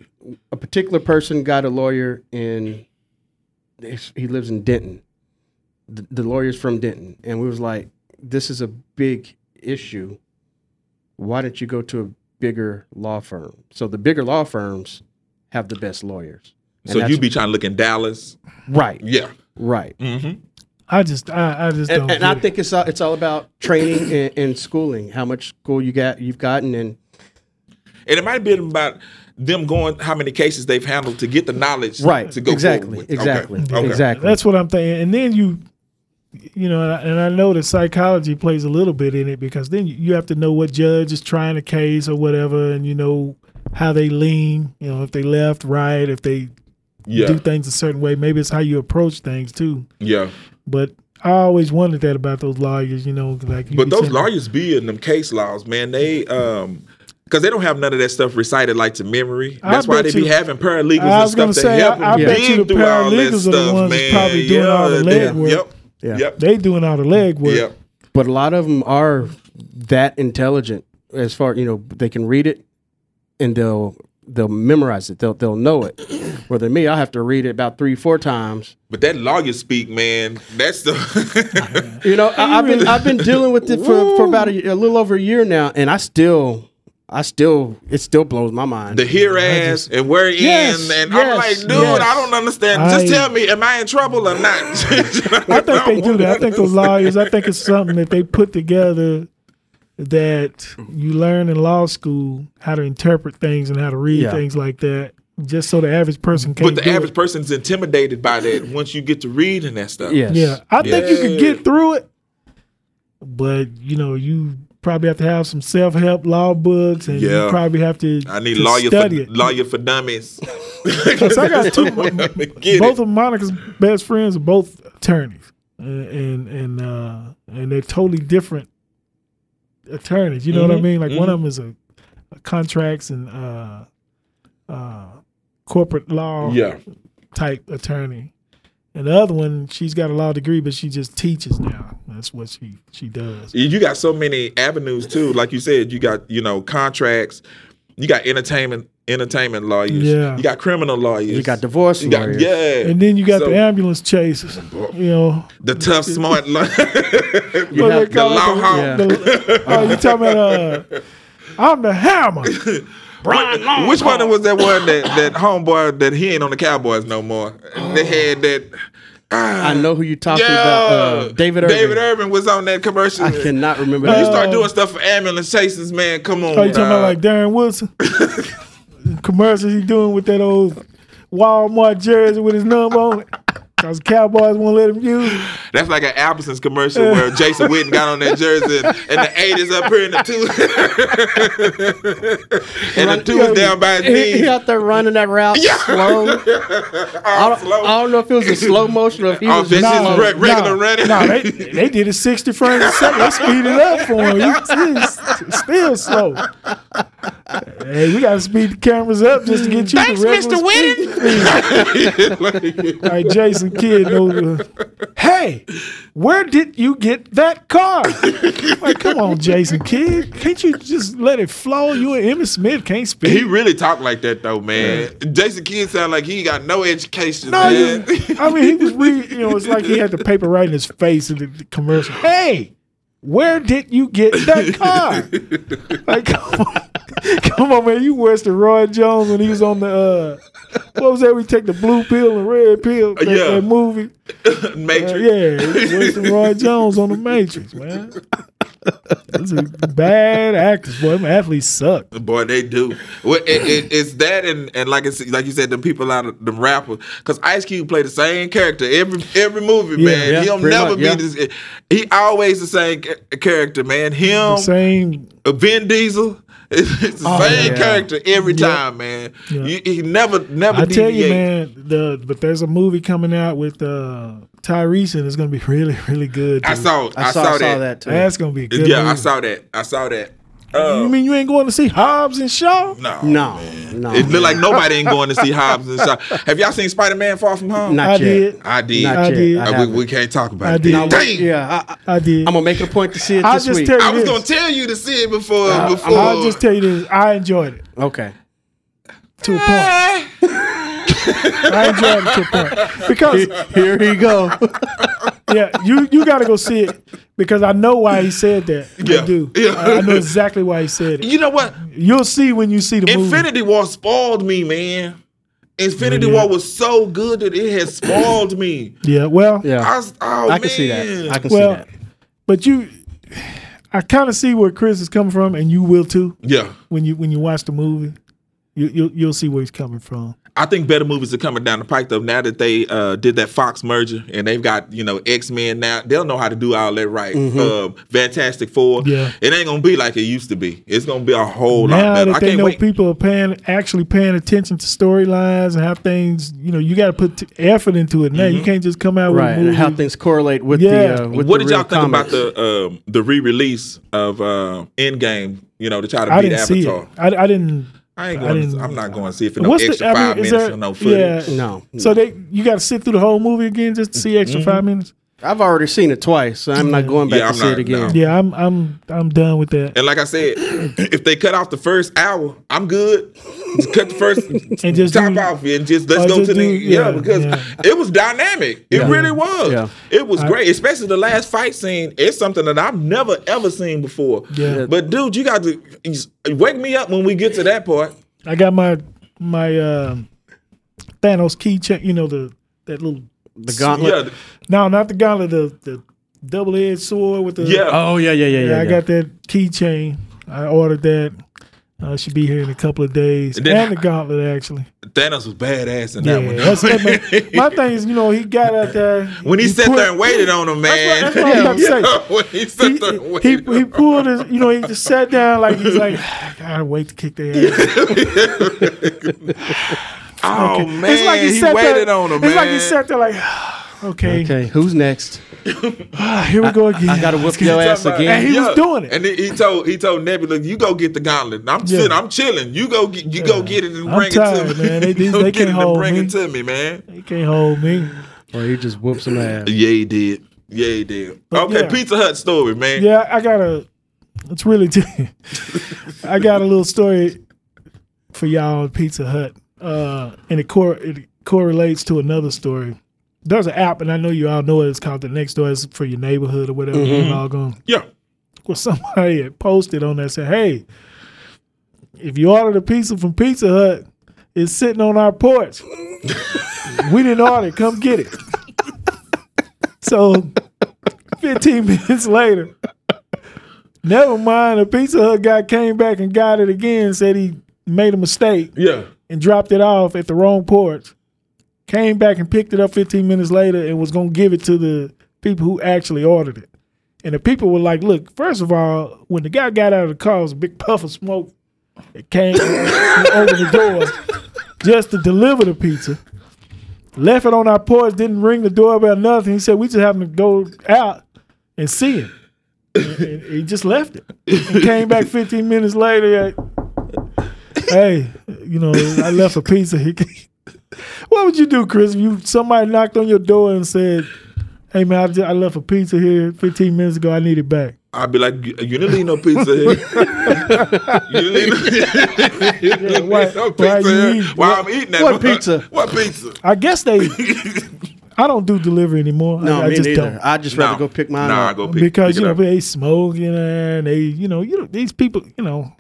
Speaker 1: a particular person got a lawyer in he lives in denton the, the lawyer's from denton and we was like this is a big issue why don't you go to a bigger law firm so the bigger law firms have the best lawyers And
Speaker 3: so
Speaker 1: that's-
Speaker 3: you be trying to look in Dallas.
Speaker 1: right
Speaker 3: Yeah. Mm-hmm.
Speaker 1: right
Speaker 2: I just I, I just
Speaker 1: and,
Speaker 2: don't.
Speaker 1: and
Speaker 2: get
Speaker 1: I
Speaker 2: it.
Speaker 1: think it's all, it's all about training and, and schooling how much school you got you've gotten and
Speaker 3: And it might have been about them going how many cases they've handled to get the knowledge
Speaker 1: Right.
Speaker 3: to go
Speaker 1: Exactly.
Speaker 3: forward with.
Speaker 1: Exactly.
Speaker 3: Okay. Okay.
Speaker 1: Exactly.
Speaker 2: That's what I'm thinking. And then you, you know, and I, and I know that psychology plays a little bit in it because then you- you have to know what judge is trying a case or whatever, and you know how they lean. You know, if they left, right, if they
Speaker 3: Yeah.
Speaker 2: do things a certain way. Maybe it's how you approach things too.
Speaker 3: Yeah.
Speaker 2: But I always wondered that about those lawyers, you know, like you
Speaker 3: But
Speaker 2: be
Speaker 3: those
Speaker 2: telling-
Speaker 3: lawyers be in them case laws, man. They um because they don't have none of that stuff recited like to memory.
Speaker 2: I
Speaker 3: That's why
Speaker 2: bet
Speaker 3: they be
Speaker 2: you-
Speaker 3: having paralegals
Speaker 2: I
Speaker 3: and
Speaker 2: was
Speaker 3: stuff
Speaker 2: gonna
Speaker 3: to
Speaker 2: say,
Speaker 3: help
Speaker 2: I- I
Speaker 3: them
Speaker 2: bet you
Speaker 3: dig
Speaker 2: the
Speaker 3: through all that
Speaker 2: paralegals are the
Speaker 3: stuff,
Speaker 2: ones that's
Speaker 3: man.
Speaker 2: probably doing all the
Speaker 3: Yeah,
Speaker 2: legwork.
Speaker 3: Yep.
Speaker 1: Yeah.
Speaker 3: Yep.
Speaker 2: They doing all the legwork.
Speaker 3: Yep.
Speaker 1: but a lot of them are that intelligent as far you know they can read it and they'll they'll memorize it they'll they'll know it where than me i have to read it about three four times
Speaker 3: But that lawyer speak, man, that's
Speaker 2: (laughs)
Speaker 3: the
Speaker 1: you know I, i've been i've been dealing with it for, for about a, a little over a year now and i still i still it still blows my mind
Speaker 3: the here ass and where in
Speaker 2: Yes,
Speaker 3: and I'm
Speaker 2: yes,
Speaker 3: like, dude,
Speaker 2: yes.
Speaker 3: I don't understand.
Speaker 2: I-
Speaker 3: Just tell me, am I in trouble or not?
Speaker 2: (laughs) I think they do that. I
Speaker 3: (laughs)
Speaker 2: think those lawyers. I think it's something that they put together that you learn in law school how to interpret things and how to read
Speaker 1: Yeah.
Speaker 2: things like that, just so the average person can't.
Speaker 3: But the
Speaker 2: do
Speaker 3: average
Speaker 2: it.
Speaker 3: person's intimidated by that once you get to reading that stuff.
Speaker 1: yes
Speaker 2: yeah, I think you could
Speaker 3: Yeah.
Speaker 2: get through it, but you know you probably have to have some self help law books, and you
Speaker 3: Yeah.
Speaker 2: probably have to.
Speaker 3: I need
Speaker 2: to
Speaker 3: lawyer for,
Speaker 2: study it.
Speaker 3: lawyer for dummies. (laughs)
Speaker 2: Because I got two.
Speaker 3: Get
Speaker 2: both
Speaker 3: it.
Speaker 2: of Monica's best friends are both attorneys, and and and, uh, and they're totally different attorneys. You know what I
Speaker 3: Mhm,
Speaker 2: mean? Like one of them is a, a contracts and uh, uh, corporate law
Speaker 3: Yeah.
Speaker 2: type attorney, and the other one she's got a law degree, but she just teaches now. That's what she she does.
Speaker 3: You got so many avenues too. Like you said, you got, you know, contracts, you got entertainment entertainment lawyers.
Speaker 2: Yeah.
Speaker 3: You got criminal lawyers.
Speaker 1: you got divorce
Speaker 3: You got-
Speaker 1: lawyers.
Speaker 3: yeah.
Speaker 2: And then you got
Speaker 3: So,
Speaker 2: the ambulance chasers. You know,
Speaker 3: the tough smart (laughs) lawyer.
Speaker 1: You have-
Speaker 3: the law hawk.
Speaker 1: yeah.
Speaker 2: (laughs) The- oh, you talking about? Uh, I'm the hammer.
Speaker 3: Which one was that one that that homeboy that he ain't on the Cowboys no more? And They had that. Ah,
Speaker 1: i know who you're talking
Speaker 3: yeah.
Speaker 1: about uh, david Irving.
Speaker 3: David Irvin was on that commercial.
Speaker 1: i cannot remember
Speaker 3: you
Speaker 1: that.
Speaker 3: start doing stuff for ambulance chases, man. Come on.
Speaker 2: Oh, you talking
Speaker 3: dog.
Speaker 2: about like Darren Wilson? Commercials he doing with that old Walmart jersey with his number on it. Cause Cowboys won't let him use. it.
Speaker 3: That's like an Albertsons
Speaker 2: (laughs)
Speaker 3: commercial where Jason Witten got on that jersey and, and the eight is up here and the two (laughs) and the two is down by
Speaker 1: he,
Speaker 3: his
Speaker 1: he
Speaker 3: knees.
Speaker 1: out there running that route slow. I don't,
Speaker 3: slow. (laughs)
Speaker 1: I don't know if it was a slow motion or if he
Speaker 3: Oh,
Speaker 1: was
Speaker 3: this
Speaker 1: just
Speaker 3: is
Speaker 1: slow.
Speaker 3: re- regular
Speaker 2: no,
Speaker 3: running.
Speaker 2: No, they, they did it 60 frames a second. They speed it up for him. He's, he's still slow. Hey, we gotta speed the cameras up just to get you
Speaker 3: Thanks,
Speaker 2: the regular
Speaker 3: Mr.
Speaker 2: speed. All right, Jason Kidd over. Hey, where did you get that car? like, come on, Jason Kidd. Can't you just let it flow? You and Emmitt Smith can't speak.
Speaker 3: He really talked like that though, man. Jason Kidd sound like he got no education,
Speaker 2: No,
Speaker 3: man. (laughs)
Speaker 2: you- I mean, he was re, you know, it's like he had the paper right in his face in the, the commercial. Hey, where did you get that car? Like, come on, come on, man, you worse than Roy Jones when he was on the uh, what was that? We take the blue pill and red pill. That,
Speaker 3: Yeah.
Speaker 2: that movie.
Speaker 3: Matrix.
Speaker 2: Uh, yeah, he worse than
Speaker 3: (laughs)
Speaker 2: Roy Jones on the Matrix, man. Those are bad actors, boy. Them athletes suck.
Speaker 3: Boy, they do. Well, it, it, it's that and, and like it's like you said, them people out of them rappers. Because Ice Cube play the same character every every movie, man.
Speaker 1: yeah,
Speaker 3: He'll
Speaker 1: pretty
Speaker 3: never
Speaker 1: much,
Speaker 3: be
Speaker 1: yeah.
Speaker 3: this. He always the same ca- character, man. Him, uh,
Speaker 2: Same
Speaker 3: Vin Diesel. (laughs) It's, it's the
Speaker 2: Oh,
Speaker 3: same
Speaker 1: yeah.
Speaker 3: character every time, man. You, he never never.
Speaker 2: I tell you,
Speaker 3: deviate.
Speaker 2: man. The but there's a movie coming out with uh, Tyrese, and it's gonna be really, really good.
Speaker 3: I
Speaker 2: dude.
Speaker 3: saw.
Speaker 1: I saw, saw that. too.
Speaker 2: That's gonna be a good.
Speaker 3: Yeah, I
Speaker 2: movie.
Speaker 3: saw that. I saw that.
Speaker 2: You
Speaker 3: Uh,
Speaker 2: mean you ain't going to see Hobbs and Shaw?
Speaker 3: no,
Speaker 1: No, no,
Speaker 3: It looked like nobody ain't going to see Hobbs and Shaw. Have y'all seen Spider Man Far From Home?
Speaker 1: not
Speaker 2: I
Speaker 1: yet.
Speaker 2: did.
Speaker 3: I did.
Speaker 1: Not
Speaker 2: I
Speaker 1: yet.
Speaker 2: did.
Speaker 1: I
Speaker 3: Uh, we,
Speaker 1: haven't.
Speaker 3: we can't talk about
Speaker 2: I
Speaker 3: it.
Speaker 2: did.
Speaker 3: Damn.
Speaker 1: Yeah, I,
Speaker 2: I did.
Speaker 1: am gonna make it a point to see it
Speaker 2: I'll
Speaker 1: this
Speaker 2: just
Speaker 1: week.
Speaker 2: tell you
Speaker 3: I was
Speaker 2: this.
Speaker 3: gonna tell you to see it before. before.
Speaker 2: I'll just tell you this. I enjoyed it
Speaker 1: okay,
Speaker 2: to a point. I enjoyed it to a point because
Speaker 1: here he go.
Speaker 2: yeah, you you got to go see it because I know why he said that. I
Speaker 3: Yeah.
Speaker 2: do.
Speaker 3: Yeah.
Speaker 2: I, I know exactly why he said it.
Speaker 3: (laughs) you know
Speaker 2: (laughs)
Speaker 3: what?
Speaker 2: You'll see when you see the movie.
Speaker 3: Infinity War spoiled me, man. Infinity
Speaker 2: Yeah.
Speaker 3: War was so good that it had spoiled me.
Speaker 2: (laughs) Yeah. Well.
Speaker 3: I,
Speaker 1: Yeah,
Speaker 3: was- oh,
Speaker 1: I can see
Speaker 3: man.
Speaker 1: that. I can
Speaker 2: Well,
Speaker 1: see that.
Speaker 2: but you, I kind of see where Chris is coming from, and you will too
Speaker 3: yeah,
Speaker 2: when you when you watch the movie. You, you you'll see where he's coming from.
Speaker 3: I think better movies are coming down the pike though. Now that they uh, did that Fox merger and they've got you know X Men now, they'll know how to do all that right. Um, Fantastic Four.
Speaker 2: Mm-hmm. Yeah.
Speaker 3: It ain't gonna be like it used to be. It's gonna be a whole lot
Speaker 2: now
Speaker 3: better.
Speaker 2: that
Speaker 3: I
Speaker 2: they
Speaker 3: can't
Speaker 2: know
Speaker 3: wait.
Speaker 2: people are paying actually paying attention to storylines and how things, you know, you got to put t- effort into it. Now
Speaker 3: Mm-hmm.
Speaker 2: you can't just come out with
Speaker 1: right?
Speaker 2: a movie.
Speaker 1: And how things correlate with
Speaker 2: mm-hmm. Yeah.
Speaker 1: the uh, with
Speaker 3: what
Speaker 1: the
Speaker 3: did y'all
Speaker 1: real
Speaker 3: think about
Speaker 1: comics.
Speaker 3: the um, the re release of uh, Endgame? You know to try to
Speaker 2: I
Speaker 3: beat
Speaker 2: didn't see
Speaker 3: Avatar.
Speaker 2: it. I, I didn't.
Speaker 3: I ain't
Speaker 2: I
Speaker 3: going.
Speaker 2: didn't-
Speaker 3: to I'm not going to see it for no
Speaker 2: What's the-
Speaker 3: extra
Speaker 2: I mean,
Speaker 3: five
Speaker 2: is
Speaker 3: minutes
Speaker 2: there-
Speaker 3: or no footage.
Speaker 2: yeah.
Speaker 1: No,
Speaker 2: So they you got to sit through the whole movie again just to see extra
Speaker 3: Mm-hmm.
Speaker 2: five minutes.
Speaker 1: I've already seen it twice. So I'm not going back
Speaker 3: Yeah,
Speaker 1: to
Speaker 3: I'm
Speaker 1: see
Speaker 3: not-
Speaker 1: it again.
Speaker 3: no.
Speaker 2: Yeah, I'm I'm I'm done with that.
Speaker 3: And like I said, if they cut off the first hour, I'm good. Just cut the first
Speaker 2: (laughs) And just
Speaker 3: top
Speaker 2: do-
Speaker 3: off and just let's
Speaker 2: Oh,
Speaker 3: go
Speaker 2: just
Speaker 3: to the
Speaker 2: do- yeah,
Speaker 3: yeah, because
Speaker 2: yeah.
Speaker 3: it was dynamic. It
Speaker 1: Yeah.
Speaker 3: really was.
Speaker 1: Yeah.
Speaker 3: It was great, especially the last fight scene. It's something that I've never ever seen before.
Speaker 2: Yeah.
Speaker 3: But dude, you got to wake me up when we get to that part.
Speaker 2: I got my my um Thanos keychain. You know the that little
Speaker 1: The gauntlet.
Speaker 2: Uh,
Speaker 3: Yeah,
Speaker 2: no, not the gauntlet. The the double edged sword with the
Speaker 3: yeah.
Speaker 1: Oh yeah, yeah, yeah, yeah.
Speaker 2: Yeah, I
Speaker 1: yeah.
Speaker 2: got that keychain. I ordered that. Uh, should be here in a couple of days.
Speaker 3: And then
Speaker 2: and
Speaker 3: I-
Speaker 2: the gauntlet,
Speaker 3: (laughs)
Speaker 2: actually.
Speaker 3: Thanos was badass in
Speaker 2: Yeah,
Speaker 3: that
Speaker 2: (laughs)
Speaker 3: one.
Speaker 2: that's that my, my thing is, you know, he got out there.
Speaker 3: (laughs) when he, sat
Speaker 2: put-
Speaker 3: there and waited on him, man.
Speaker 2: that's what I
Speaker 3: (laughs)
Speaker 2: was about to
Speaker 3: Yeah, when he sat there and
Speaker 2: he,
Speaker 3: waited.
Speaker 2: he, he pulled his, you know, he just sat down like he's like, (sighs) I gotta wait to kick their ass.
Speaker 3: oh man,
Speaker 2: it's like he,
Speaker 3: he,
Speaker 2: sat
Speaker 3: waited
Speaker 2: there,
Speaker 3: on him,
Speaker 2: It's
Speaker 3: man.
Speaker 2: like he sat there like, (sighs) okay,
Speaker 1: Okay, who's
Speaker 3: (laughs)
Speaker 1: next?
Speaker 2: (sighs) here we go again.
Speaker 1: I gotta whip your ass
Speaker 3: Talking
Speaker 1: again.
Speaker 2: And he was doing it.
Speaker 3: And then he told he told Nebula, "You go get the gauntlet. I'm
Speaker 2: Yeah.
Speaker 3: sitting. I'm chilling. You go get you go get it and
Speaker 2: I'm
Speaker 3: bring it
Speaker 2: tired,
Speaker 3: to me.
Speaker 2: man.
Speaker 3: (laughs)
Speaker 2: They-
Speaker 3: You
Speaker 2: they-
Speaker 3: go
Speaker 2: they
Speaker 3: get
Speaker 2: can't
Speaker 3: it and
Speaker 2: hold
Speaker 3: bring
Speaker 2: me.
Speaker 3: it to me, man.
Speaker 2: He can't hold me.
Speaker 1: Or he just whooped some ass.
Speaker 3: Yeah, he did. Yeah, he did. okay,
Speaker 2: yeah.
Speaker 3: Pizza Hut story, man.
Speaker 2: Yeah, I got a. It's really. (laughs) I got a little story for y'all on Pizza Hut, uh, and it cor it correlates to another story. There's an app, and I know you all know it. It's called the Next Door. It's for your neighborhood or whatever.
Speaker 3: Mm-hmm.
Speaker 2: You log on.
Speaker 3: yeah.
Speaker 2: (laughs) Well, somebody had posted on there said, "Hey, if you ordered a pizza from Pizza Hut, it's sitting on our porch. we didn't order. it. Come get it." (laughs) so, fifteen (laughs) minutes later, never mind. A Pizza Hut guy came back and got it again. Said he made a mistake
Speaker 3: yeah.
Speaker 2: and dropped it off at the wrong porch. Came back and picked it up 15 minutes later and was going to give it to the people who actually ordered it. And the people were like, look, first of all, when the guy got out of the car, it was a big puff of smoke that came over the door just to deliver the pizza. Left it on our porch, didn't ring the doorbell, nothing. He said, we just happened to go out and see him. And- and he just left it. And came back 15 minutes later. uh, hey, you know, I left a pizza. He (laughs) what would you do, Chris? If you somebody knocked on your door and said, "Hey man, I, just, I left a pizza here 15 minutes ago. I need it back."
Speaker 3: I'd be like, you you didn't leave no
Speaker 1: (laughs)
Speaker 3: pizza here. you didn't leave, you didn't leave
Speaker 2: why-
Speaker 3: no
Speaker 2: why
Speaker 3: pizza
Speaker 2: you
Speaker 3: here.
Speaker 2: eating-
Speaker 3: Why I'm eating that?
Speaker 1: what pizza?
Speaker 3: What pizza?
Speaker 2: I
Speaker 1: (laughs)
Speaker 2: guess they. I don't do delivery anymore.
Speaker 1: No,
Speaker 2: I, I
Speaker 1: me
Speaker 2: just
Speaker 1: neither.
Speaker 2: don't.
Speaker 1: I just rather go pick mine
Speaker 3: Nah,
Speaker 1: up.
Speaker 3: I go pick
Speaker 2: because
Speaker 3: pick
Speaker 2: you
Speaker 3: it
Speaker 2: know
Speaker 3: up.
Speaker 2: they smoke you know, and they you know you know these people you know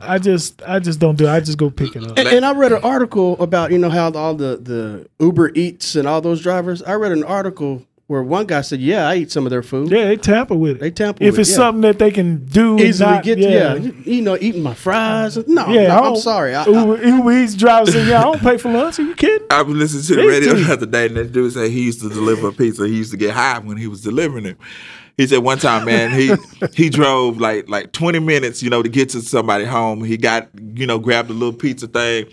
Speaker 2: I just I just don't do it. I just go pick it up.
Speaker 1: And, and I read an article about you know how all the the Uber Eats and all those drivers. I read an article where one guy said, "Yeah, I eat some of their food.
Speaker 2: Yeah, they tamper with it.
Speaker 1: They tamper
Speaker 2: if
Speaker 1: with it,
Speaker 2: it's
Speaker 1: yeah.
Speaker 2: something that they can do and
Speaker 1: Easily
Speaker 2: not-
Speaker 1: get yeah. you know, eating my fries. No,
Speaker 2: Yeah,
Speaker 1: no
Speaker 2: I
Speaker 1: I'm
Speaker 2: don't-
Speaker 1: sorry. I, I,
Speaker 2: Uber, Uber Eats drivers say, "Yeah, I don't pay for lunch." Are you kidding?
Speaker 3: I was listening to the
Speaker 2: These
Speaker 3: radio (laughs)
Speaker 2: two-
Speaker 3: the other day, and this dude said he used to deliver pizza. He used to get high when he was delivering it. He said one time, man,
Speaker 1: (laughs)
Speaker 3: he he drove like like twenty minutes, you know, to get to somebody home. He got you know grabbed a little pizza thing,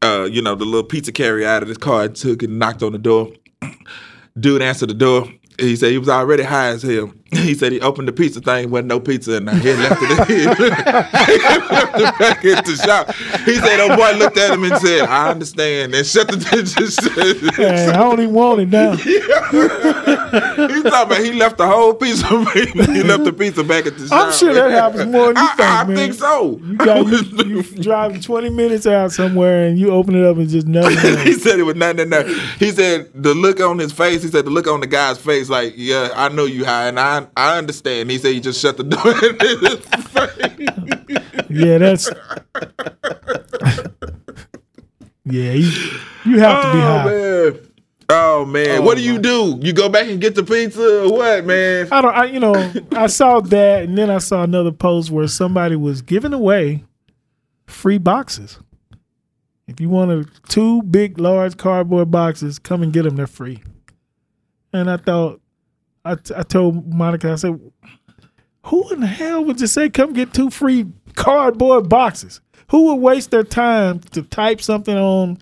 Speaker 3: uh, you know, the little pizza carrier out of his car, and took it, and knocked on the door. Dude answered the door. He said he was already high as hell. (laughs) He said he opened the pizza thing, wasn't no pizza, and he left it. (laughs) he left it back at the shop. He said, "Oh boy," looked at him and said, "I understand," and shut the. (laughs) just-
Speaker 2: Man, I don't even want it now.
Speaker 3: He's talking about he left the whole pizza. (laughs) he left the pizza back at the shop.
Speaker 2: I'm sure that happens more than you
Speaker 3: I,
Speaker 2: think,
Speaker 3: (laughs) I
Speaker 2: man.
Speaker 3: think so.
Speaker 2: You,
Speaker 3: (laughs)
Speaker 2: got, you, you driving 20 minutes out somewhere and you open it up and just nothing.
Speaker 3: he
Speaker 2: there.
Speaker 3: said it was nothing in there. He said the look on his face. He said the look on the guy's face, like, yeah, I know you high, and I I understand. He said he just shut the (laughs)
Speaker 2: (laughs)
Speaker 3: door.
Speaker 2: yeah,
Speaker 3: (laughs)
Speaker 2: that's. yeah, you, you have to be high.
Speaker 3: oh man. Oh man, what do you do? You go back and get the pizza or what, man?
Speaker 2: I don't. I, you know, I saw that, and then I saw another post where somebody was giving away free boxes. If you want a, two big, large cardboard boxes, come and get them. They're free. And I thought, I, t- I told Monica, I said, who in the hell would just say, come get two free cardboard boxes? Who would waste their time to type something on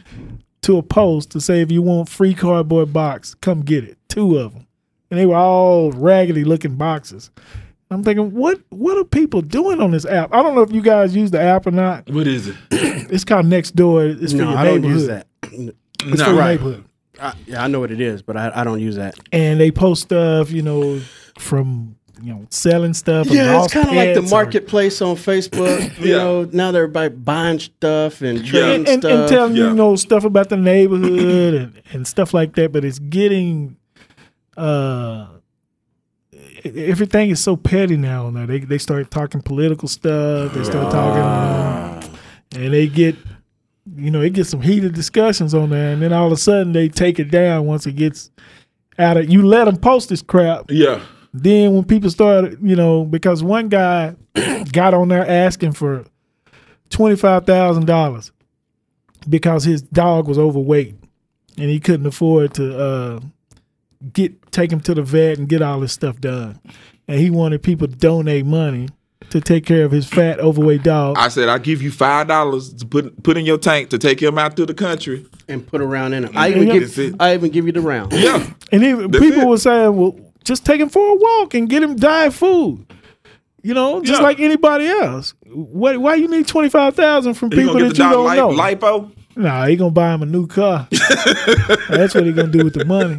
Speaker 2: to a post to say, if you want free cardboard box, come get it? Two of them. And they were all raggedy looking boxes. I'm thinking, what what are people doing on this app? I don't know if you guys use the app or not.
Speaker 3: What is it?
Speaker 2: It's called Next Door. It's for
Speaker 1: No,
Speaker 2: your
Speaker 1: I
Speaker 2: neighborhood.
Speaker 1: don't use that.
Speaker 2: It's for
Speaker 3: Nah,
Speaker 2: your
Speaker 1: right.
Speaker 2: neighborhood.
Speaker 1: I, yeah, I know what it is, but I, I don't use that.
Speaker 2: And they post stuff, you know, from you know selling stuff. and
Speaker 1: Yeah, it's
Speaker 2: lost
Speaker 1: kind of like the
Speaker 2: pets or-
Speaker 1: marketplace on Facebook.
Speaker 3: (clears throat)
Speaker 1: You
Speaker 3: Yeah.
Speaker 1: know, now they're by buying stuff and trading
Speaker 2: and, and,
Speaker 1: stuff.
Speaker 2: and telling
Speaker 3: yeah.
Speaker 2: you know stuff about the neighborhood and, and stuff like that. But it's getting uh e- everything is so petty now. on there. They they start talking political stuff. They start talking, uh, and they get you know it gets some heated discussions on there. And then all of a sudden they take it down once it gets out of you. Let them post this crap.
Speaker 3: Yeah.
Speaker 2: Then when people started, you know, because one guy (clears throat) got on there asking for twenty five thousand dollars because his dog was overweight and he couldn't afford to uh, get take him to the vet and get all this stuff done, and he wanted people to donate money to take care of his fat overweight dog.
Speaker 3: I said I give you five dollars to put put in your tank to take him out to the country.
Speaker 1: and put around in them. I even
Speaker 2: Yeah.
Speaker 3: That's
Speaker 1: give
Speaker 3: it.
Speaker 1: I even give you the round.
Speaker 2: (laughs)
Speaker 3: Yeah.
Speaker 2: And even
Speaker 3: That's
Speaker 2: people
Speaker 3: it.
Speaker 2: were saying, well, just take him for a walk and get him diet food. You know, just
Speaker 3: Yeah.
Speaker 2: like anybody else. What? Why you need twenty five thousand from
Speaker 3: He
Speaker 2: people
Speaker 3: gonna
Speaker 2: that
Speaker 3: get
Speaker 2: you
Speaker 3: the dollar
Speaker 2: don't know?
Speaker 3: li- lipo.
Speaker 2: Nah, he gonna buy him a new
Speaker 3: (laughs)
Speaker 2: car. That's what he gonna do with the money.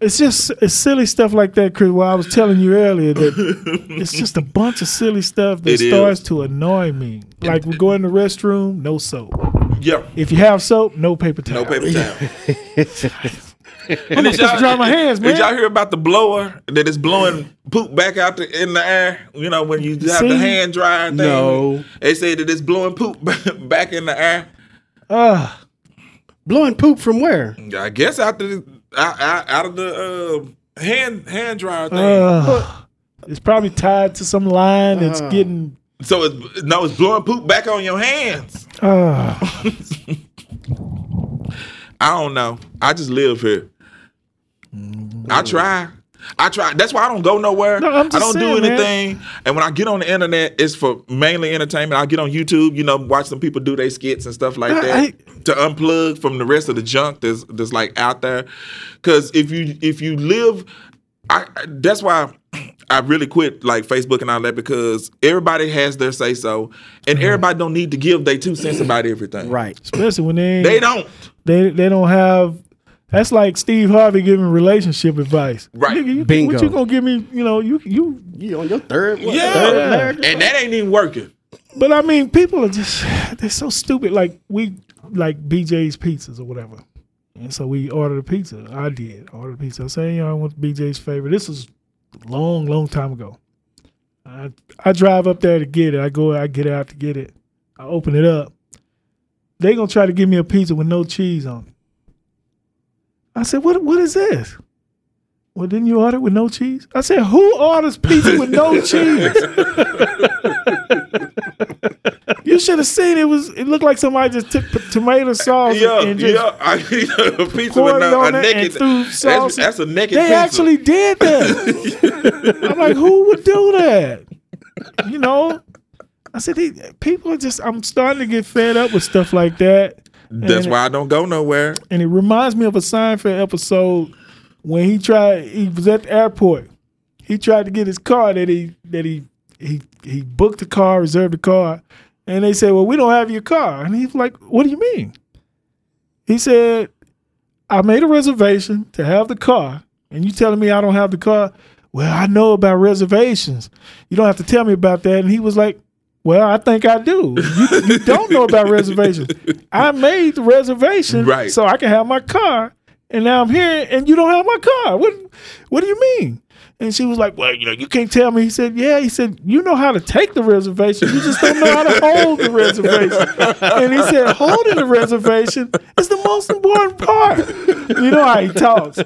Speaker 2: It's just it's silly stuff like that, Chris. Well, I was telling you earlier
Speaker 3: (laughs)
Speaker 2: that it's just a bunch of silly stuff that
Speaker 3: It is.
Speaker 2: starts to annoy me. Like we go in the restroom, no soap.
Speaker 3: Yeah.
Speaker 2: If you have soap, no paper towel.
Speaker 3: No paper towel.
Speaker 2: (laughs) I'm supposed to dry my hands, man.
Speaker 3: Did y'all hear about the blower that is blowing poop back out the, in the air? You know, when you have
Speaker 2: See?
Speaker 3: the hand dryer thing.
Speaker 1: No.
Speaker 3: They say that it's blowing poop (laughs) back in the air.
Speaker 2: Ugh.
Speaker 1: Blowing poop from where?
Speaker 3: I guess out the out, out, out of the uh, hand hand dryer thing.
Speaker 2: Uh-huh. Ugh. it's probably tied to some line that's getting.
Speaker 3: so it's no, it's blowing poop back on your hands.
Speaker 2: Uh,
Speaker 3: I don't know. I just live here. I try. I try. That's why I don't go nowhere.
Speaker 2: Mm-hmm. No, I'm just
Speaker 3: I don't
Speaker 2: saying,
Speaker 3: do
Speaker 2: man.
Speaker 3: anything. And when I get on the internet, it's for mainly entertainment. I get on YouTube, you know, watch some people do their skits and stuff like
Speaker 2: I-
Speaker 3: that
Speaker 2: I-
Speaker 3: to unplug from the rest of the junk that's that's like out there. Because if you if you live, I I- that's why. I really quit like Facebook and all that because everybody has their say so,
Speaker 2: Mm-hmm.
Speaker 3: and everybody don't need to give their two cents about everything.
Speaker 1: Right.
Speaker 2: especially when they, ain't-
Speaker 3: They don't.
Speaker 2: they they don't have. That's like Steve Harvey giving relationship advice.
Speaker 3: Right.
Speaker 2: Nigga, you,
Speaker 1: Bingo.
Speaker 2: What you gonna give me? You know, you you.
Speaker 1: You on your third? What,
Speaker 3: Yeah.
Speaker 1: Third marriage?
Speaker 3: And that ain't even working.
Speaker 2: But I mean, people are just they're so stupid. Like we like BJ's pizzas or whatever. And so we ordered a pizza. I did order a pizza. I say, you know, I want BJ's favorite. This was a long, long time ago. I I drive up there to get it. I go, I get out to get it. I open it up. They gonna try to give me a pizza with no cheese on it. I said, what what is this? Well, didn't you order it with no cheese? I said, who orders pizza with no cheese? you should have seen it was. It looked like somebody just took p- tomato sauce
Speaker 3: Yeah,
Speaker 2: and just
Speaker 3: yeah. I (laughs) mean, a pizza
Speaker 2: poured
Speaker 3: with
Speaker 2: it
Speaker 3: no, a
Speaker 2: on it and
Speaker 3: naked.
Speaker 2: threw
Speaker 3: That's,
Speaker 2: sauce.
Speaker 3: that's a naked
Speaker 2: They
Speaker 3: pizza.
Speaker 2: actually did that. I'm like, who would do that? You know, I said, "These- people are just. I'm starting to get fed up with stuff like that.
Speaker 3: that's
Speaker 2: and-
Speaker 3: why I don't go nowhere.
Speaker 2: And it reminds me of a Seinfeld episode when he tried. He was at the airport. He tried to get his car that he that he he he booked the car, reserved the car, and they said, "Well, we don't have your car." And he's like, "What do you mean?" He said, "I made a reservation to have the car, and you telling me I don't have the car." Well, I know about reservations. You don't have to tell me about that. And he was like, "Well, I think I do. You, you don't know about reservations. I made the reservation
Speaker 3: Right.
Speaker 2: so I can have my car, and now I'm here, and you don't have my car. What? What do you mean?" And she was like, "Well, you know, you can't tell me." He said, "Yeah." He said, "You know how to take the reservation. You just don't know how to hold the reservation." And he said, "Holding the reservation is the most important part." You know how he talks.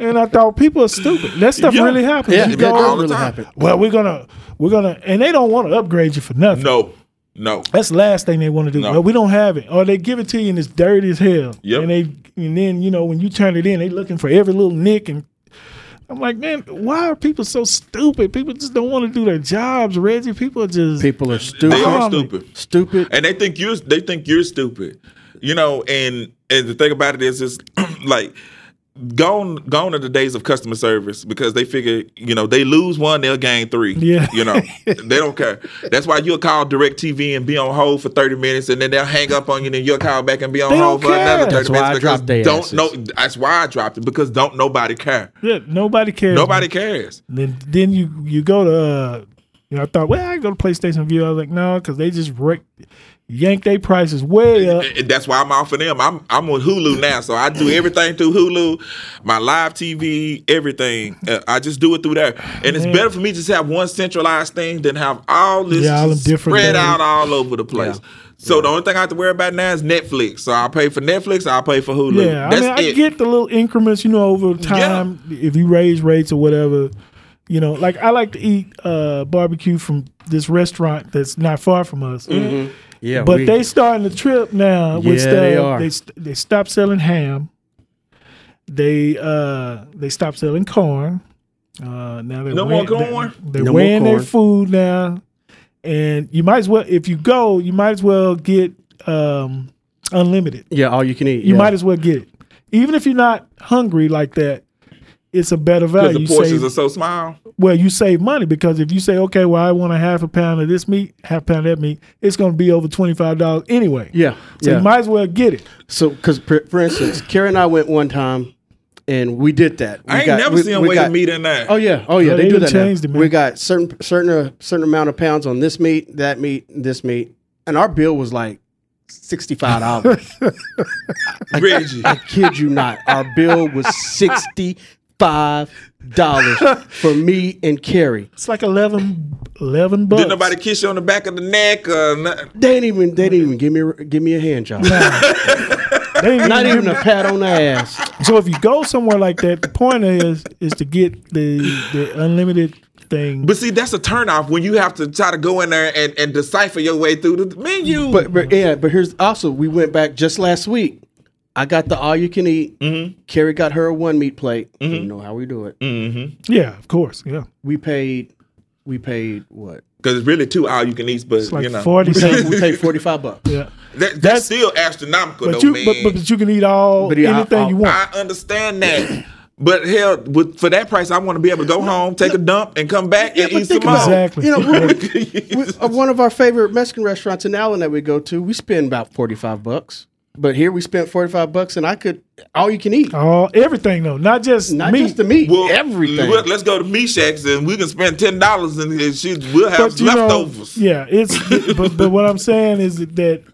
Speaker 2: And I thought people are stupid. That stuff
Speaker 3: Yeah.
Speaker 2: really happens.
Speaker 1: Yeah,
Speaker 2: You
Speaker 1: that
Speaker 2: go,
Speaker 3: all
Speaker 1: does really
Speaker 3: the time.
Speaker 1: happen.
Speaker 2: well, we're gonna, we're gonna, and they don't want to upgrade you for nothing.
Speaker 3: No, No.
Speaker 2: That's the last thing they want to do.
Speaker 3: No.
Speaker 2: Well, we don't have it. Or they give it to you and it's dirty as hell.
Speaker 3: Yep.
Speaker 2: And they and then, you know, when you turn it in, they looking for every little nick and I'm like, man, why are people so stupid? People just don't want to do their jobs, Reggie. People are just
Speaker 1: People are
Speaker 3: They
Speaker 1: stupid.
Speaker 3: are
Speaker 2: Dumb.
Speaker 3: stupid.
Speaker 1: Stupid.
Speaker 3: and they think you're they think you're stupid, you know. And and the thing about it is, (clears throat) is like gone gone are the days of customer service because they figure you know they lose one they'll gain three.
Speaker 2: Yeah.
Speaker 3: you
Speaker 2: (laughs)
Speaker 3: know they don't care. That's why you'll call Direct TV and be on hold for thirty minutes, and then they'll hang up on you, and then you'll call back and be on
Speaker 2: They
Speaker 3: hold
Speaker 2: don't
Speaker 3: for another
Speaker 2: care.
Speaker 1: That's
Speaker 3: thirty
Speaker 1: why
Speaker 3: minutes.
Speaker 1: I
Speaker 3: because
Speaker 1: dropped their
Speaker 3: don't
Speaker 1: asses.
Speaker 3: know. That's why I dropped it because don't nobody care.
Speaker 2: yeah, nobody cares.
Speaker 3: Nobody cares.
Speaker 2: Then then you you go to uh, you know I thought well I go to PlayStation View I was like no because they just wreck, yank their prices way up.
Speaker 3: And that's why I'm off of them. I'm I'm with Hulu now, so I do everything through Hulu, my live TV, everything. Uh, I just do it through there, and it's
Speaker 2: Man.
Speaker 3: better for me just to have one centralized thing than have all this
Speaker 2: Yeah, all them different
Speaker 3: spread
Speaker 2: things.
Speaker 3: out all over the place. So the only thing I have to worry about now is Netflix. So I pay for Netflix, I pay for Hulu.
Speaker 2: Yeah,
Speaker 3: that's
Speaker 2: I mean I
Speaker 3: it.
Speaker 2: get the little increments you know over time if you raise rates or whatever. You know, like I like to eat uh, barbecue from this restaurant that's not far from us.
Speaker 3: Mm-hmm.
Speaker 1: Yeah,
Speaker 2: But
Speaker 1: we-
Speaker 2: they starting to trip now
Speaker 1: Yeah,
Speaker 2: with stuff.
Speaker 1: they are.
Speaker 2: They st- they stopped selling ham. They uh they stopped selling corn. Uh, now they're
Speaker 3: No more
Speaker 2: weighing,
Speaker 3: corn?
Speaker 2: They're,
Speaker 1: No more
Speaker 2: weighing their
Speaker 1: corn.
Speaker 2: food now, and you might as well if you go, you might as well get um unlimited.
Speaker 1: yeah, all you can eat.
Speaker 2: You
Speaker 1: yeah.
Speaker 2: might as well get it, even if you're not hungry like that. It's a better
Speaker 3: because
Speaker 2: value.
Speaker 3: the
Speaker 2: You
Speaker 3: portions
Speaker 2: save,
Speaker 3: are so small.
Speaker 2: well, you save money because if you say, okay, well, I want a half a pound of this meat, half pound of that meat, it's going to be over twenty five dollars anyway.
Speaker 1: Yeah,
Speaker 2: So
Speaker 1: yeah.
Speaker 2: you might as well get it.
Speaker 1: So, because for instance, Karen and I went one time, and we did that. We
Speaker 3: I ain't
Speaker 1: got-
Speaker 3: never
Speaker 1: we-
Speaker 3: seen a
Speaker 1: we
Speaker 3: way
Speaker 1: got-
Speaker 3: to meet in that.
Speaker 1: Oh yeah, oh yeah,
Speaker 2: No,
Speaker 1: they,
Speaker 2: they
Speaker 1: do
Speaker 2: done
Speaker 1: that. now.
Speaker 2: changed it, man.
Speaker 1: We got certain certain uh, certain amount of pounds on this meat, that meat, this meat, and our bill was like sixty five
Speaker 2: (laughs)
Speaker 1: dollars.
Speaker 3: Reggie,
Speaker 1: Kid you not, our bill was sixty five dollars for me and Carrie.
Speaker 2: It's like 11, 11 bucks.
Speaker 3: did nobody kiss you on the back of the neck or nothing?
Speaker 1: They didn't even they didn't even give me give me a hand job,
Speaker 3: (laughs)
Speaker 2: They ain't
Speaker 1: not
Speaker 2: even-
Speaker 1: even a pat on the ass.
Speaker 2: so if you go somewhere like that, the point is is to get the the unlimited thing.
Speaker 3: But see, that's a turnoff when you have to try to go in there and, and decipher your way through the menu.
Speaker 1: But, but yeah, but here's also we went back just last week. I got the all you can eat. Carrie got her a one meat plate. You know how we do it.
Speaker 2: yeah, of course. Yeah,
Speaker 1: We paid we paid what
Speaker 3: Because it's really two all you can eat, but
Speaker 2: like
Speaker 3: you know (laughs)
Speaker 2: forty
Speaker 1: We paid,
Speaker 2: something.
Speaker 1: we paid 45 bucks.
Speaker 2: yeah,
Speaker 3: that, that's,
Speaker 2: That's-
Speaker 3: still astronomical,
Speaker 2: but
Speaker 3: though,
Speaker 2: you
Speaker 3: man.
Speaker 2: but, but, but you can eat all
Speaker 1: But yeah, I-
Speaker 2: anything
Speaker 1: I-
Speaker 2: you want.
Speaker 3: I understand that,
Speaker 2: (clears throat)
Speaker 3: but hell, with, for that price, I want to be able to go home, take a dump, and come back and
Speaker 1: but
Speaker 3: eat some
Speaker 1: think
Speaker 3: more.
Speaker 1: about
Speaker 2: Exactly. (laughs)
Speaker 1: You know,
Speaker 3: (laughs)
Speaker 1: we- we- uh, one of our favorite Mexican restaurants in Allen that we go to, we spend about 45 bucks. But here we spent 45 bucks and I could all you can eat.
Speaker 2: all everything though, not just
Speaker 1: Not
Speaker 2: meat.
Speaker 1: just the Uh, meat,
Speaker 3: Well,
Speaker 1: everything.
Speaker 3: well, let's go to Meshack's and we can spend ten dollars and and she we'll have
Speaker 2: but you
Speaker 3: leftovers.
Speaker 2: know, yeah, it's but but what I'm saying is that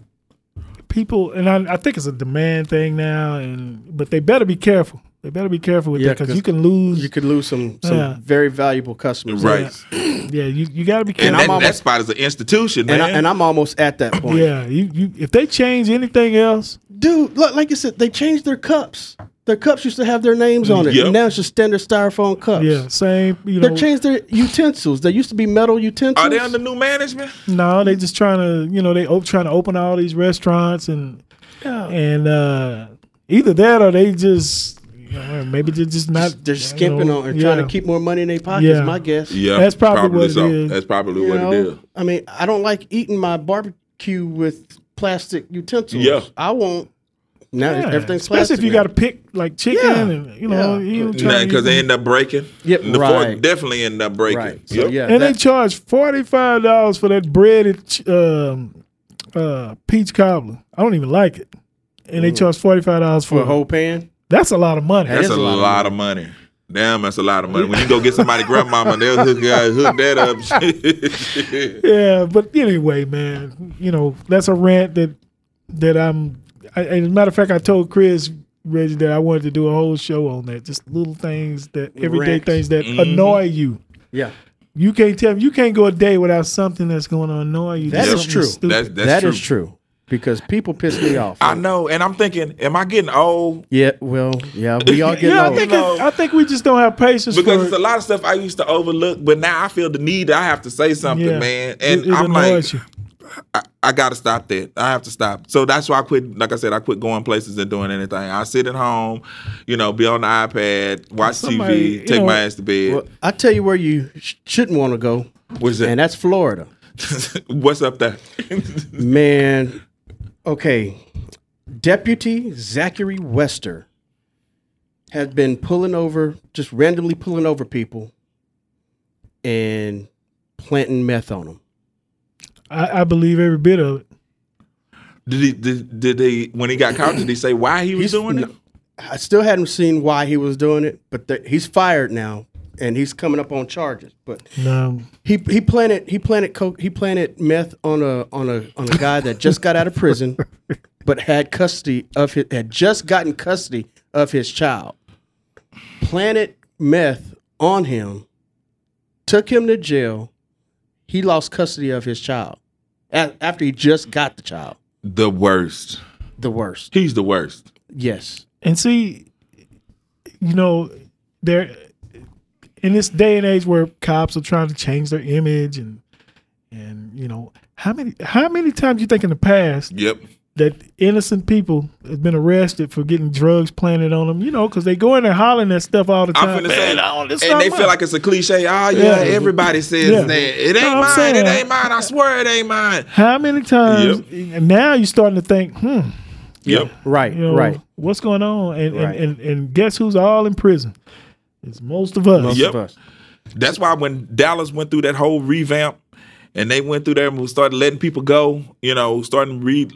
Speaker 2: people and I, I think it's a demand thing now, and but they better be careful. They better be careful with
Speaker 1: Yeah,
Speaker 2: that 'cause
Speaker 1: 'cause
Speaker 2: because you can lose.
Speaker 1: You could lose some some
Speaker 2: Yeah.
Speaker 1: very valuable customers.
Speaker 3: Right.
Speaker 2: yeah, you, you got to be
Speaker 3: And
Speaker 2: careful.
Speaker 3: that,
Speaker 1: I'm
Speaker 3: that
Speaker 1: almost-
Speaker 3: spot is an institution, man.
Speaker 1: And, I, and I'm almost at that point.
Speaker 2: yeah, you, you if they change anything else,
Speaker 1: Dude, look, like I said, they changed their cups. Their cups used to have their names on it.
Speaker 3: Yep.
Speaker 1: And now it's just standard styrofoam cups.
Speaker 2: yeah, same. You
Speaker 1: They
Speaker 2: know,
Speaker 1: changed their utensils. They used to be metal utensils.
Speaker 3: Are they under new management?
Speaker 2: no, they just trying to you know they op- trying to open all these restaurants and and uh either that or they just you know, maybe they're just not
Speaker 1: They're
Speaker 2: you
Speaker 1: skimping
Speaker 2: know,
Speaker 1: on and trying to
Speaker 2: yeah.
Speaker 1: keep more money in their pockets.
Speaker 2: Yeah.
Speaker 1: My guess.
Speaker 3: Yeah,
Speaker 2: That's probably what it is.
Speaker 3: That's probably
Speaker 1: You
Speaker 3: what
Speaker 1: know,
Speaker 3: it is.
Speaker 1: I mean, I don't like eating my barbecue with plastic utensils.
Speaker 3: Yeah.
Speaker 1: I won't. Now
Speaker 2: Yeah,
Speaker 1: everything's
Speaker 2: especially
Speaker 1: plastic.
Speaker 2: if you
Speaker 1: now.
Speaker 2: got to pick like chicken
Speaker 1: Yeah,
Speaker 2: and you know
Speaker 1: yeah.
Speaker 2: you
Speaker 3: Nah, 'cause because they end up breaking.
Speaker 1: Yep,
Speaker 3: the fork
Speaker 1: right.
Speaker 3: definitely end up breaking.
Speaker 1: right. So
Speaker 3: Yep.
Speaker 1: yeah,
Speaker 2: and they
Speaker 1: that-
Speaker 2: charge forty five dollars for that breaded ch- um, uh, peach cobbler. I don't even like it, and they charge forty five dollars for
Speaker 1: Mm. for (laughs) a
Speaker 2: it.
Speaker 1: whole pan.
Speaker 2: That's a lot of money.
Speaker 1: That
Speaker 3: That's
Speaker 1: is
Speaker 3: a lot, of money. Damn, that's a lot of money. When you go get somebody grandmama, they'll hook, uh, hook that up.
Speaker 2: yeah, but anyway, man, you know that's a rant that that I'm. I, as a matter of fact, I told Chris Reggie that I wanted to do a whole show on that. Just little things that everyday
Speaker 1: Rants. Mm-hmm.
Speaker 2: things that annoy you.
Speaker 1: Yeah,
Speaker 2: You can't tell you can't go a day without something that's going to annoy you.
Speaker 1: That
Speaker 2: Just
Speaker 1: is
Speaker 2: something
Speaker 1: true.
Speaker 2: stupid.
Speaker 3: that's, that's
Speaker 1: that
Speaker 3: true.
Speaker 1: is true. Because people piss
Speaker 2: (laughs)
Speaker 1: me off.
Speaker 3: I know, and I'm thinking, am I getting old?
Speaker 1: yeah, well, yeah, we all get
Speaker 2: (laughs) yeah,
Speaker 1: old.
Speaker 2: I think
Speaker 3: You know-
Speaker 2: it, I think we just don't have patience
Speaker 3: Because it's
Speaker 2: for
Speaker 3: a lot of stuff I used to overlook, but now I feel the need that I have to say something,
Speaker 2: yeah.
Speaker 3: man. And
Speaker 2: It- it
Speaker 3: I'm like,
Speaker 2: annoys you.
Speaker 3: I gotta stop that. I have to stop. So that's why I quit. Like I said, I quit going places and doing anything. I sit at home, you know, be on the iPad, watch
Speaker 2: Somebody, you
Speaker 3: TV, take
Speaker 2: know-
Speaker 3: my ass to bed.
Speaker 1: Well, I tell you where you sh- shouldn't want to go,
Speaker 3: What's
Speaker 1: and
Speaker 3: that?
Speaker 1: that's Florida.
Speaker 3: (laughs) What's up there?
Speaker 1: Man, okay. Deputy Zachary Wester has been pulling over, just randomly pulling over people and planting meth on them.
Speaker 2: I, I believe every bit of it.
Speaker 3: did, he, did did they when he got caught? Did he say why he was doing it?
Speaker 1: I still hadn't seen why he was doing it, but th- he's fired now and he's coming up on charges. But
Speaker 2: No,
Speaker 1: he he planted he planted coke he planted meth on a on a on a guy that just got out of
Speaker 2: (laughs)
Speaker 1: prison, but had custody of his had just gotten custody of his child. Planted meth on him, took him to jail. He lost custody of his child a- after he just got the child.
Speaker 3: The worst.
Speaker 1: The worst.
Speaker 3: He's the worst.
Speaker 1: Yes.
Speaker 2: and see, you know, there in this day and age where cops are trying to change their image and and you know how many how many times you think in the past
Speaker 3: Yep.
Speaker 2: that innocent people have been arrested for getting drugs planted on them, you know, because they go in there hollering that stuff all the
Speaker 3: I'm
Speaker 2: time.
Speaker 3: finna
Speaker 2: Man,
Speaker 3: say,
Speaker 2: oh,
Speaker 3: and
Speaker 2: this
Speaker 3: they
Speaker 2: not
Speaker 3: feel
Speaker 2: mine.
Speaker 3: like it's a cliche. Oh yeah,
Speaker 2: Yeah.
Speaker 3: everybody says
Speaker 2: Yeah.
Speaker 3: that. It ain't
Speaker 2: No, I'm
Speaker 3: mine.
Speaker 2: saying-
Speaker 3: It ain't mine. I swear it ain't mine.
Speaker 2: how many times and now you're starting to think, hmm,
Speaker 3: Yep.
Speaker 1: Right.
Speaker 2: you know,
Speaker 1: right.
Speaker 2: what's going on? And,
Speaker 1: Right.
Speaker 2: and, and and guess who's all in prison? It's most of us.
Speaker 1: Most
Speaker 3: Yep.
Speaker 1: of us.
Speaker 3: That's why when Dallas went through that whole revamp and they went through there and started letting people go, you know, starting to read,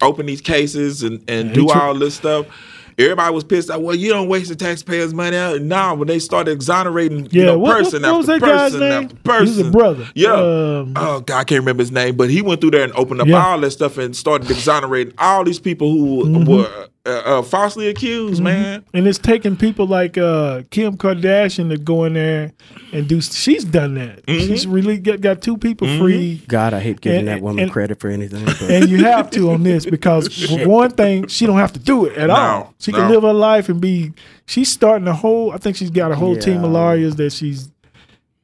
Speaker 3: open these cases and, and do
Speaker 2: took-
Speaker 3: all this stuff. Everybody was pissed out. Well, you don't waste the taxpayers' money. out. Nah, when they started exonerating, you
Speaker 2: Yeah,
Speaker 3: know,
Speaker 2: what,
Speaker 3: person
Speaker 2: what, what was
Speaker 3: after
Speaker 2: that guy's
Speaker 3: person
Speaker 2: name?
Speaker 3: after
Speaker 2: He was
Speaker 3: person.
Speaker 2: a brother.
Speaker 3: Yeah.
Speaker 2: Um,
Speaker 3: oh God, I can't remember his name, but he went through there and opened up
Speaker 2: Yeah.
Speaker 3: all that stuff and started exonerating all these people who
Speaker 2: Mm-hmm.
Speaker 3: were uh, uh, falsely accused. Man,
Speaker 2: and it's taking people like uh, Kim Kardashian to go in there and do. She's done that.
Speaker 3: Mm-hmm.
Speaker 2: She's really got, got two people free.
Speaker 1: God, I hate giving
Speaker 2: And-
Speaker 1: that woman
Speaker 2: and-
Speaker 1: credit for anything. but-
Speaker 2: and you have to on this because
Speaker 3: (laughs)
Speaker 2: for one thing, she don't have to do it at
Speaker 3: No,
Speaker 2: all. She can
Speaker 3: no.
Speaker 2: live her life and be. She's starting a whole. I think she's got a whole team
Speaker 1: Yeah.
Speaker 2: of lawyers that she's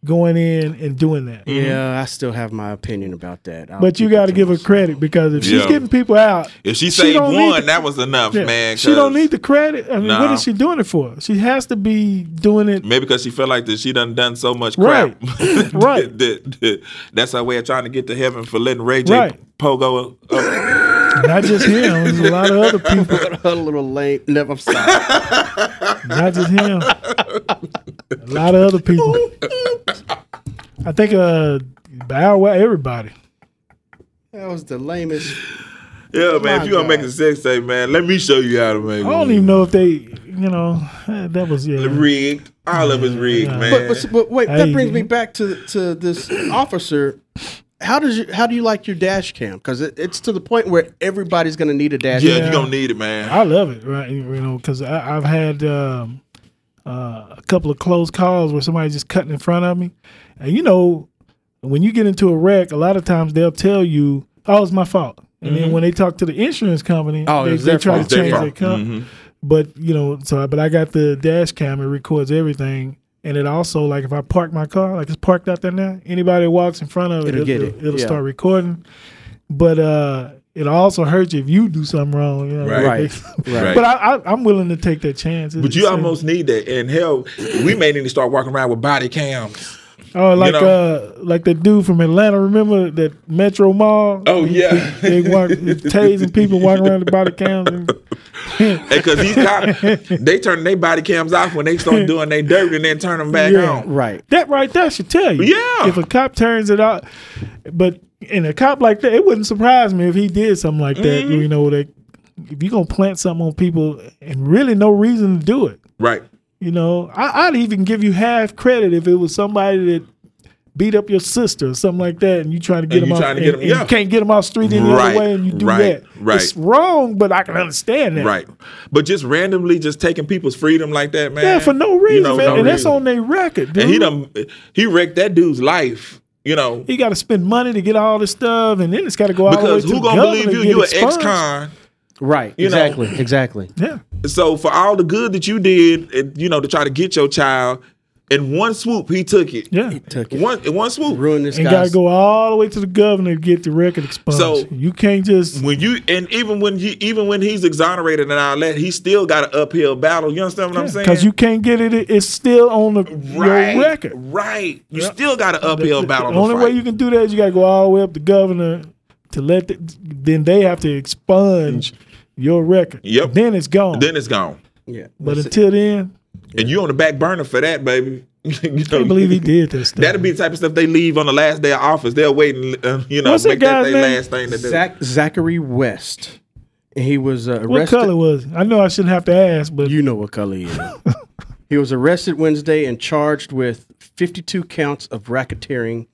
Speaker 2: going in and doing that.
Speaker 1: yeah, I still have my opinion about that. I'll
Speaker 2: But you
Speaker 1: keep it
Speaker 2: got
Speaker 1: to
Speaker 2: to give her
Speaker 1: myself.
Speaker 2: credit because if she's
Speaker 3: Yeah.
Speaker 2: getting people out,
Speaker 3: if she,
Speaker 2: She
Speaker 3: saved
Speaker 2: don't need
Speaker 3: one,
Speaker 2: to-
Speaker 3: that was enough,
Speaker 2: yeah,
Speaker 3: man.
Speaker 2: she don't
Speaker 3: 'cause-
Speaker 2: need the credit. I mean, what
Speaker 3: No.
Speaker 2: is she doing it for? She has to be doing it.
Speaker 3: Maybe because she felt like that she done done so much crap. (laughs)
Speaker 2: Right. (laughs)
Speaker 3: That- that- that's her way of trying to get to heaven for letting Ray J
Speaker 2: Right.
Speaker 3: pogo. Up.
Speaker 2: Not just him. There's a lot of other people.
Speaker 1: a little lame. Never I'm sorry.
Speaker 2: Not just him. A lot of other people. I think uh, Bow Wow, everybody.
Speaker 1: That was the lamest.
Speaker 3: (laughs) Yeah, man.
Speaker 1: My
Speaker 3: If you gonna make
Speaker 1: God.
Speaker 3: a sex tape, man, let me show you how to make.
Speaker 2: I don't even know if they, you know, eh, that was yeah.
Speaker 3: Rigged. All of it's rigged,
Speaker 2: Yeah.
Speaker 3: man.
Speaker 1: But, but, but wait, that
Speaker 2: Hey.
Speaker 1: brings me back to to this officer. How does you, how do you like your dash cam? Because it, it's to the point where everybody's gonna need a dash.
Speaker 3: yeah,
Speaker 1: cam.
Speaker 2: yeah.
Speaker 3: you gonna need it, man.
Speaker 2: I love it, right? You know, because I've had um, uh, a couple of close calls where somebody's just cutting in front of me, and you know, when you get into a wreck, a lot of times they'll tell you, "Oh, it's my fault." And then when they talk to the insurance company,
Speaker 1: Mm-hmm. Oh,
Speaker 2: they,
Speaker 1: it's
Speaker 2: they
Speaker 1: their
Speaker 2: try
Speaker 1: fault. Mm-hmm.
Speaker 2: to
Speaker 1: It's
Speaker 3: their
Speaker 2: change
Speaker 3: fault.
Speaker 2: their comp. But you know, so I- but I got the dash cam; it records everything, and it also like if I park my car, like it's parked out there now. Anybody that walks in front of it,
Speaker 1: It'll
Speaker 2: it'll,
Speaker 1: get it.
Speaker 2: it'll, it'll
Speaker 1: Yeah.
Speaker 2: start recording. But uh, it also hurts you if you do something wrong. You know,
Speaker 3: Right.
Speaker 1: Right.
Speaker 2: (laughs)
Speaker 1: Right.
Speaker 2: but I, I, I'm willing to take that chance.
Speaker 3: But you almost need that. And hell, we may need to start walking around with body cams.
Speaker 2: oh like
Speaker 3: you know.
Speaker 2: uh like the dude from Atlanta. Remember that Metro Mall?
Speaker 3: Oh, yeah.
Speaker 2: they
Speaker 3: (laughs)
Speaker 2: walk tasing people walking around the body cams. And,
Speaker 3: Because these cops,
Speaker 2: (laughs)
Speaker 3: they turn their body cams off when they start doing their dirt and then turn them back
Speaker 2: Yeah.
Speaker 3: on.
Speaker 1: Right.
Speaker 2: that right there should tell you.
Speaker 3: Yeah.
Speaker 2: If a cop turns it out, but and a cop like that, it wouldn't surprise me if he did something like that.
Speaker 3: Mm-hmm.
Speaker 2: You know that if you gonna plant something on people and really no reason to do it.
Speaker 3: Right.
Speaker 2: You know, I, I'd even give you half credit if it was somebody that beat up your sister or something like that, and you trying to get them
Speaker 3: And you
Speaker 2: off,
Speaker 3: trying to
Speaker 2: and,
Speaker 3: get 'em-
Speaker 2: and
Speaker 3: yeah.
Speaker 2: you can't get them off street any
Speaker 3: Right,
Speaker 2: other way, and you do
Speaker 3: right,
Speaker 2: that.
Speaker 3: right.
Speaker 2: It's wrong, but I can understand that.
Speaker 3: (laughs) Right. But just randomly just taking people's freedom like that, man.
Speaker 2: Yeah, for no
Speaker 3: you
Speaker 2: reason,
Speaker 3: know,
Speaker 2: man.
Speaker 3: no
Speaker 2: and that's
Speaker 3: reason.
Speaker 2: on their record, dude.
Speaker 3: And he done he wrecked that dude's life, you know.
Speaker 2: he got to spend money to get all this stuff, and then it's got to go all the way
Speaker 3: Because
Speaker 2: to
Speaker 3: who
Speaker 2: the
Speaker 3: gonna
Speaker 2: governor
Speaker 3: believe you?
Speaker 2: to get
Speaker 3: You an
Speaker 2: expunged.
Speaker 3: ex-con.
Speaker 1: Right.
Speaker 3: You know.
Speaker 1: exactly. Exactly.
Speaker 2: Yeah,
Speaker 3: So for all the good that you did, and, you know, to try to get your child, In one swoop, he took it.
Speaker 2: Yeah.
Speaker 1: Took it.
Speaker 3: One in one swoop.
Speaker 1: Ruin this
Speaker 2: And got
Speaker 1: guy's
Speaker 2: to go all the way to the governor to get the record expunged.
Speaker 3: So-
Speaker 2: you can't just
Speaker 3: When you and even when you even when he's exonerated and all that, he still got an uphill battle. You understand what I'm saying?
Speaker 2: because you can't get it. it- It's still on the
Speaker 3: right,
Speaker 2: your record.
Speaker 3: right. You still got an uphill battle.
Speaker 2: The only
Speaker 3: to
Speaker 2: way
Speaker 3: fight.
Speaker 2: you can do that is you got to go all the way up to governor to let the, then they have to expunge your record.
Speaker 3: Mm-hmm. Yep.
Speaker 2: Then it's gone.
Speaker 3: then it's gone,
Speaker 1: yeah.
Speaker 2: but
Speaker 1: That's it.
Speaker 2: until then,
Speaker 3: and you on the back burner for that, baby. (laughs) you
Speaker 2: I can't believe he did this. Stuff.
Speaker 3: That'll be the type of stuff they leave on the last day of office. They'll wait and uh, you know
Speaker 2: What's that
Speaker 3: make that
Speaker 2: guy's
Speaker 3: their
Speaker 2: name?
Speaker 3: last thing to do.
Speaker 1: Zach, Zachary West, and he was uh, arrested.
Speaker 2: what color was it? I know I shouldn't have to ask, but
Speaker 1: You know what color he is. he was arrested Wednesday and charged with 52 counts of racketeering,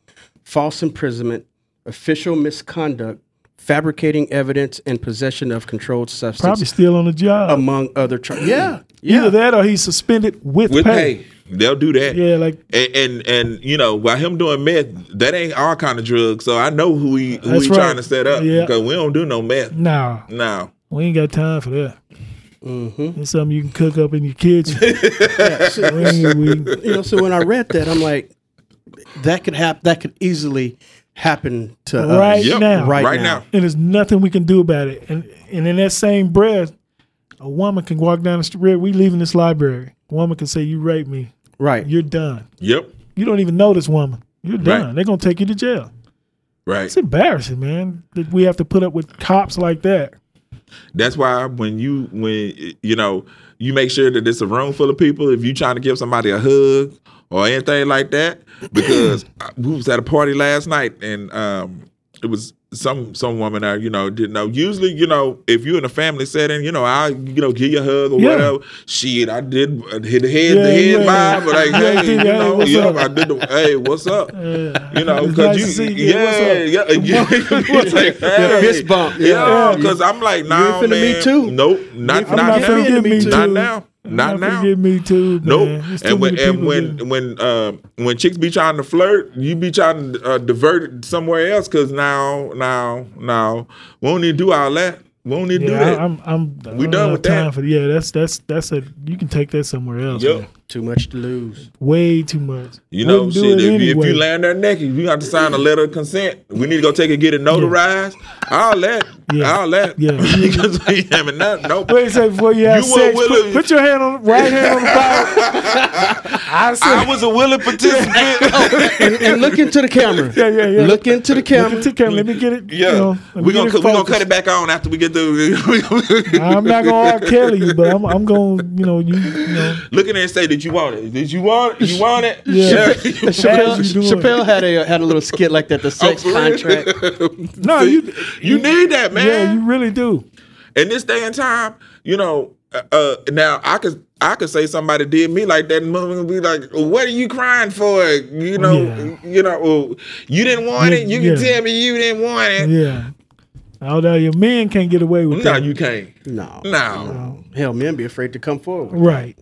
Speaker 1: false imprisonment, official misconduct, fabricating evidence, and possession of controlled substance,
Speaker 2: probably still on the job.
Speaker 3: Um,
Speaker 1: among other charges. Yeah,
Speaker 2: Either that or he's suspended with,
Speaker 3: With
Speaker 2: pay.
Speaker 3: pay. they'll do that.
Speaker 2: Yeah, like
Speaker 3: And, and and you know, while him doing meth, that ain't our kind of drug. So I know who he who
Speaker 2: That's
Speaker 3: he
Speaker 2: right.
Speaker 3: trying to set up
Speaker 2: Yeah.
Speaker 3: because we don't do no meth
Speaker 2: nah,
Speaker 3: now.
Speaker 2: we ain't got time for that.
Speaker 3: Mm-hmm.
Speaker 2: It's something you can cook up in your kitchen.
Speaker 3: (laughs)
Speaker 2: We ain't- we-
Speaker 1: You know, so when I read that, I'm like, that could happen. That could easily happen to us.
Speaker 2: Right
Speaker 3: Yep,
Speaker 2: now.
Speaker 1: Right
Speaker 3: right
Speaker 1: now.
Speaker 3: now.
Speaker 2: and there's nothing we can do about it. And and in that same breath, a woman can walk down the street. We leaving this library. A woman can say, "You raped me.
Speaker 1: Right.
Speaker 2: You're done.
Speaker 3: Yep.
Speaker 2: You don't even know this woman. You're
Speaker 3: Right.
Speaker 2: done. They're gonna take you to jail."
Speaker 3: Right.
Speaker 2: It's embarrassing, man. That we have to put up with cops like that.
Speaker 3: That's why when you when you know you make sure that it's a room full of people. If you trying to give somebody a hug or anything like that,
Speaker 2: (clears throat)
Speaker 3: because I- we was at a party last night and um it was some some woman I you know didn't know. Usually you know if you in a family setting, you know I you know give you a hug or
Speaker 2: Yeah.
Speaker 3: whatever. Shit, I did uh, hit the head
Speaker 2: Yeah,
Speaker 3: the head
Speaker 2: yeah.
Speaker 3: vibe, but
Speaker 2: (laughs)
Speaker 3: like
Speaker 2: Yeah,
Speaker 3: hey,
Speaker 2: did,
Speaker 3: you
Speaker 2: hey,
Speaker 3: know
Speaker 2: what's
Speaker 3: yeah,
Speaker 2: up?
Speaker 3: I did the hey what's
Speaker 2: (laughs)
Speaker 3: up.
Speaker 2: Yeah.
Speaker 3: You know,
Speaker 2: It's nice
Speaker 3: because
Speaker 2: to
Speaker 3: you,
Speaker 2: see you.
Speaker 3: yeah,
Speaker 2: (laughs)
Speaker 3: yeah, (laughs) yeah, It's like, hey.
Speaker 1: fist bump, yeah.
Speaker 3: yeah, because I'm like, nah,
Speaker 1: finna me
Speaker 3: man.
Speaker 1: too.
Speaker 3: Nope, not
Speaker 2: I'm
Speaker 3: not
Speaker 2: not
Speaker 3: now,
Speaker 2: finna get me
Speaker 3: not
Speaker 2: too.
Speaker 3: now, not now.
Speaker 2: Get me too.
Speaker 3: Nope.
Speaker 2: man. It's too
Speaker 3: And when
Speaker 2: many
Speaker 3: and
Speaker 2: people
Speaker 3: when
Speaker 2: getting-
Speaker 3: when uh, when chicks be trying to flirt, you be trying to uh, divert it somewhere else. Cause now now now we don't need to do all that. We don't need to do
Speaker 2: yeah,
Speaker 3: that.
Speaker 2: I, I'm I'm I
Speaker 3: We
Speaker 2: don't
Speaker 3: done
Speaker 2: have
Speaker 3: with that.
Speaker 2: time For, yeah, that's that's that's a you can take that somewhere else.
Speaker 3: Yep.
Speaker 2: man.
Speaker 1: Too much to lose.
Speaker 2: Way too much.
Speaker 3: You know,
Speaker 2: Wouldn't do
Speaker 3: shit.
Speaker 2: it
Speaker 3: If, you- if
Speaker 2: anyway.
Speaker 3: you land that naked, you have to sign a letter of consent. We need to go take it, get it notarized. All that,
Speaker 2: Yeah.
Speaker 3: all that. (laughs)
Speaker 2: Yeah.
Speaker 3: because we haven't done- nope.
Speaker 2: Wait a second before you have
Speaker 3: You were
Speaker 2: sex.
Speaker 3: willing-
Speaker 2: Put, put your hand on right hand on
Speaker 3: (laughs)
Speaker 2: the Bible. I said,
Speaker 3: I was a
Speaker 2: (laughs)
Speaker 3: willing participant.
Speaker 1: And, and look into the camera.
Speaker 2: yeah, yeah, yeah.
Speaker 1: Look into the camera.
Speaker 2: Take care, Let me get it.
Speaker 3: yeah,
Speaker 2: you know, let me
Speaker 3: we're
Speaker 2: get
Speaker 3: gonna
Speaker 2: it
Speaker 3: cut- we gonna
Speaker 2: focused.
Speaker 3: cut it back on after we get through.
Speaker 2: I'm not gonna R. Kelly you, but I'm I'm gonna you know you, you know
Speaker 3: (laughs) Look in there and say, "Did you want it? Did you want it? You want it?"
Speaker 2: Yeah.
Speaker 3: (laughs)
Speaker 1: Chappelle,
Speaker 2: As you do it.
Speaker 1: Chappelle had a had a little skit like
Speaker 3: Oh,
Speaker 1: that, the sex
Speaker 3: for real?
Speaker 1: contract.
Speaker 2: no you
Speaker 3: you need that, man.
Speaker 2: yeah you really do
Speaker 3: in this day and time, you know, uh, uh, now I could I could say somebody did me like that, and mother would be like, "What are you crying for?" You know,
Speaker 2: Yeah.
Speaker 3: you know, well, you didn't want it. You can
Speaker 2: Yeah.
Speaker 3: tell me you didn't want it.
Speaker 2: yeah. Although your men can't get away with
Speaker 3: No,
Speaker 2: that,
Speaker 3: you can't.
Speaker 1: No.
Speaker 3: (laughs) No,
Speaker 1: Hell, men be afraid to come forward.
Speaker 2: right?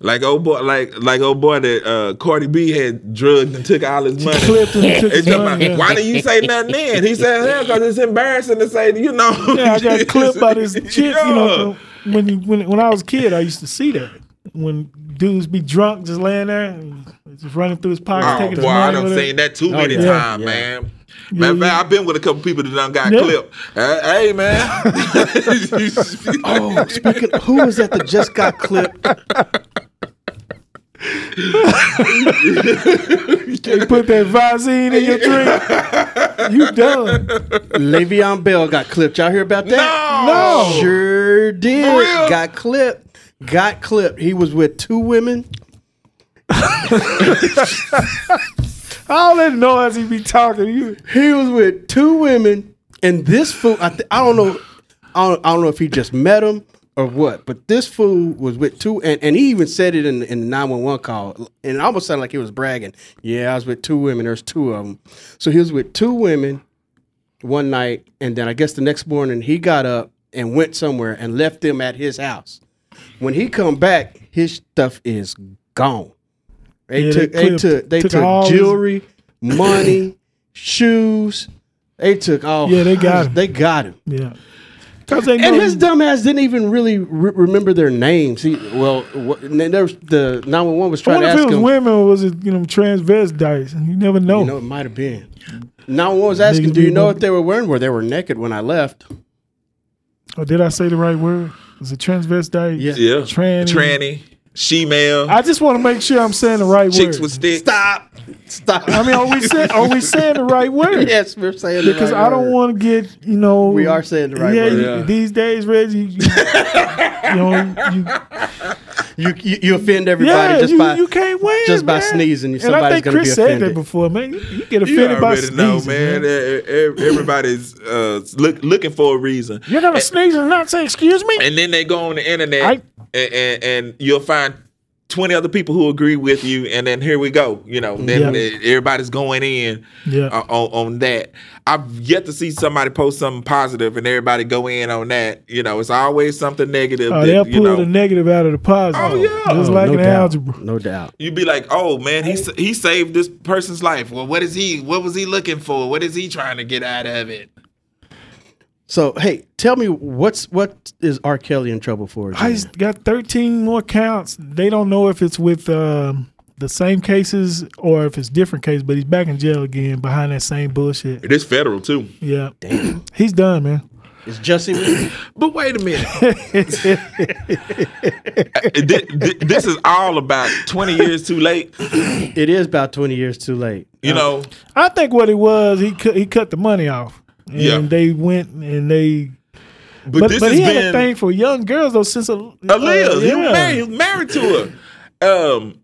Speaker 3: like old boy, like like old boy that uh, Cardi B had drugged and took all his money.
Speaker 2: Clifton took
Speaker 3: It's
Speaker 2: his
Speaker 3: talking about,
Speaker 2: money. Yeah.
Speaker 3: Why did you say nothing then? He said, hell, because it's embarrassing to say, you know.
Speaker 2: Yeah, I
Speaker 3: (laughs)
Speaker 2: got clipped by this chick. You know,
Speaker 3: Yeah.
Speaker 2: when you, when when I was a kid, I used to see that when dudes be drunk, just laying there, and just running through his pockets,
Speaker 3: Oh,
Speaker 2: taking his
Speaker 3: boy, I
Speaker 2: money.
Speaker 3: done
Speaker 2: with it.
Speaker 3: seen that too
Speaker 1: Oh,
Speaker 3: many
Speaker 1: yeah.
Speaker 3: times,
Speaker 1: Yeah.
Speaker 3: man. Man,
Speaker 2: yeah.
Speaker 3: I've been with a couple people that done got
Speaker 2: Yeah.
Speaker 3: clipped. Uh, Hey,
Speaker 2: (laughs)
Speaker 3: hey, man.
Speaker 1: Oh, speaking, who was that that just got clipped?
Speaker 2: They put that Visine in your drink.
Speaker 1: (laughs)
Speaker 2: You done?
Speaker 1: Le'Veon Bell got clipped. Y'all hear about that?
Speaker 3: No.
Speaker 2: No.
Speaker 1: Sure did.
Speaker 3: For real?
Speaker 1: Got clipped. Got clipped. He was with two women.
Speaker 2: All that noise he be talking. You
Speaker 1: He was with two women, and this fool. I, th- I don't know. I don't, I don't know if he just met him or what, but this fool was with two, and, and he even said it in in the nine one one call, and it almost sounded like he was bragging. Yeah, I was with two women. There's two of them, so he was with two women one night, and then I guess the next morning he got up and went somewhere and left them at his house. When he come back, his stuff is gone. They
Speaker 2: Yeah, they
Speaker 1: took they,
Speaker 2: clipped-
Speaker 1: took they
Speaker 2: took
Speaker 1: took,
Speaker 2: all his-
Speaker 1: jewelry,
Speaker 2: (laughs)
Speaker 1: money, shoes. They took all.
Speaker 2: Yeah, they got him.
Speaker 1: They got him.
Speaker 2: yeah. Cause they know
Speaker 1: And his dumbass didn't even really re- remember their names. He, well, wha- and then there was the nine one one was
Speaker 2: I
Speaker 1: trying to
Speaker 2: wonder if
Speaker 1: ask
Speaker 2: it was
Speaker 1: him.
Speaker 2: women or was it you know transvestites? You never know.
Speaker 1: You know, it might have been. Nine one one was asking,
Speaker 2: Niggas
Speaker 1: "Do you
Speaker 2: be
Speaker 1: know
Speaker 2: women."
Speaker 1: what they were wearing? Were they were naked when I left?"
Speaker 2: or did I say the right word? Is it transvestite?
Speaker 1: Yeah.
Speaker 3: Yeah.
Speaker 2: Tranny.
Speaker 3: Tranny. She male.
Speaker 2: I just want to make sure I'm saying the right
Speaker 3: chicks
Speaker 2: word.
Speaker 3: with sticks.
Speaker 1: Stop! Stop!
Speaker 2: I mean, are
Speaker 1: (laughs)
Speaker 2: we saying are we saying the right word?
Speaker 1: yes, we're saying the
Speaker 2: Because
Speaker 1: right
Speaker 2: I
Speaker 1: word.
Speaker 2: don't want to get you know.
Speaker 1: We are saying the right
Speaker 2: yeah,
Speaker 1: word.
Speaker 2: you-
Speaker 3: Yeah.
Speaker 2: These days,
Speaker 1: (laughs)
Speaker 2: Reggie, you, you, you know, you,
Speaker 1: You, you you offend everybody
Speaker 2: yeah,
Speaker 1: just
Speaker 2: you,
Speaker 1: by
Speaker 2: you can't win
Speaker 1: just by
Speaker 2: man.
Speaker 1: sneezing,
Speaker 2: And I
Speaker 1: somebody's
Speaker 2: think
Speaker 1: gonna be
Speaker 2: Chris said that
Speaker 1: offended.
Speaker 2: before, man. You, you get
Speaker 3: You
Speaker 2: offended by
Speaker 3: already
Speaker 2: sneezing,
Speaker 3: know,
Speaker 2: man.
Speaker 3: man. E- e- Everybody's uh, look, looking for a reason.
Speaker 2: You're gonna sneeze and not say excuse me.
Speaker 3: and then they go on the internet
Speaker 2: I-
Speaker 3: and, and and you'll find 20 other people who agree with you and then here we go you know then
Speaker 2: Yeah.
Speaker 3: e- everybody's going in
Speaker 2: Yeah.
Speaker 3: uh, on, on that i've yet to see somebody post something positive and everybody go in on that you know it's always something negative
Speaker 2: Oh,
Speaker 3: that,
Speaker 2: they'll
Speaker 3: you
Speaker 2: pull the
Speaker 3: know
Speaker 2: negative out of the positive.
Speaker 3: Oh, yeah.
Speaker 2: Just
Speaker 3: Oh,
Speaker 2: like
Speaker 1: no
Speaker 2: in
Speaker 1: doubt,
Speaker 2: algebra.
Speaker 1: No doubt.
Speaker 3: you'd be like oh man he, sa- he saved this person's life well what is he what was he looking for what is he trying to get out of it
Speaker 1: So hey, tell me what's what is R. Kelly in trouble for? again?
Speaker 2: I got 13 more counts. They don't know if it's with um, the same cases or if it's different case, but he's back in jail again behind that same bullshit.
Speaker 3: it is federal too
Speaker 2: Yeah. he's done, man.
Speaker 1: Is Jesse?
Speaker 3: But wait a
Speaker 2: (laughs)
Speaker 3: minute. Th- th- this is all about 20 years too late,
Speaker 1: it is about twenty years too late.
Speaker 3: you know.
Speaker 2: I think what it was, he cut, he cut the money off. And
Speaker 3: Yeah.
Speaker 2: they went and they.
Speaker 3: But,
Speaker 2: But,
Speaker 3: this
Speaker 2: but
Speaker 3: has
Speaker 2: he had a
Speaker 3: been
Speaker 2: thing for young girls, though, since. Al-
Speaker 3: Aaliyah.
Speaker 2: uh,
Speaker 3: He was married, he was married to her. Um,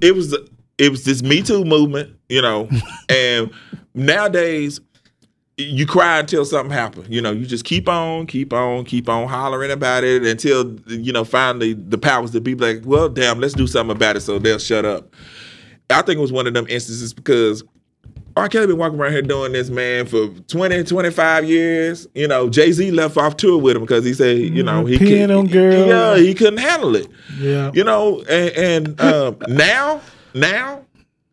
Speaker 3: it was it was this Me Too movement,
Speaker 2: (laughs)
Speaker 3: you know. and nowadays, you cry until something happens. You know, you just keep on, keep on, keep on hollering about it until you know finally the powers that be be like, well, damn, let's do something about it. So they'll shut up. I think it was one of them instances because R. Kelly been walking around here doing this, man, for 20, 25 years. You know, Jay Z left off tour with him because he said, you know, he
Speaker 2: Mm-hmm. Peeing
Speaker 3: could-
Speaker 2: on girls.
Speaker 3: Yeah, he couldn't handle it.
Speaker 2: Yeah.
Speaker 3: You know, and, and um, now, now,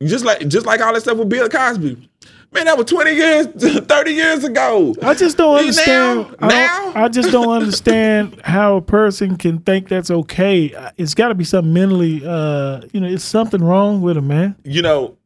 Speaker 3: just like just like all that stuff with Bill Cosby, man, that was twenty years, (laughs) thirty years ago.
Speaker 2: I just don't
Speaker 3: Now?
Speaker 2: understand. I, don't-
Speaker 3: Now?
Speaker 2: I just
Speaker 3: (laughs)
Speaker 2: don't understand how a person can think that's okay. Uh, It's got to be something mentally, uh, you know, it's something wrong with him, man.
Speaker 3: you know,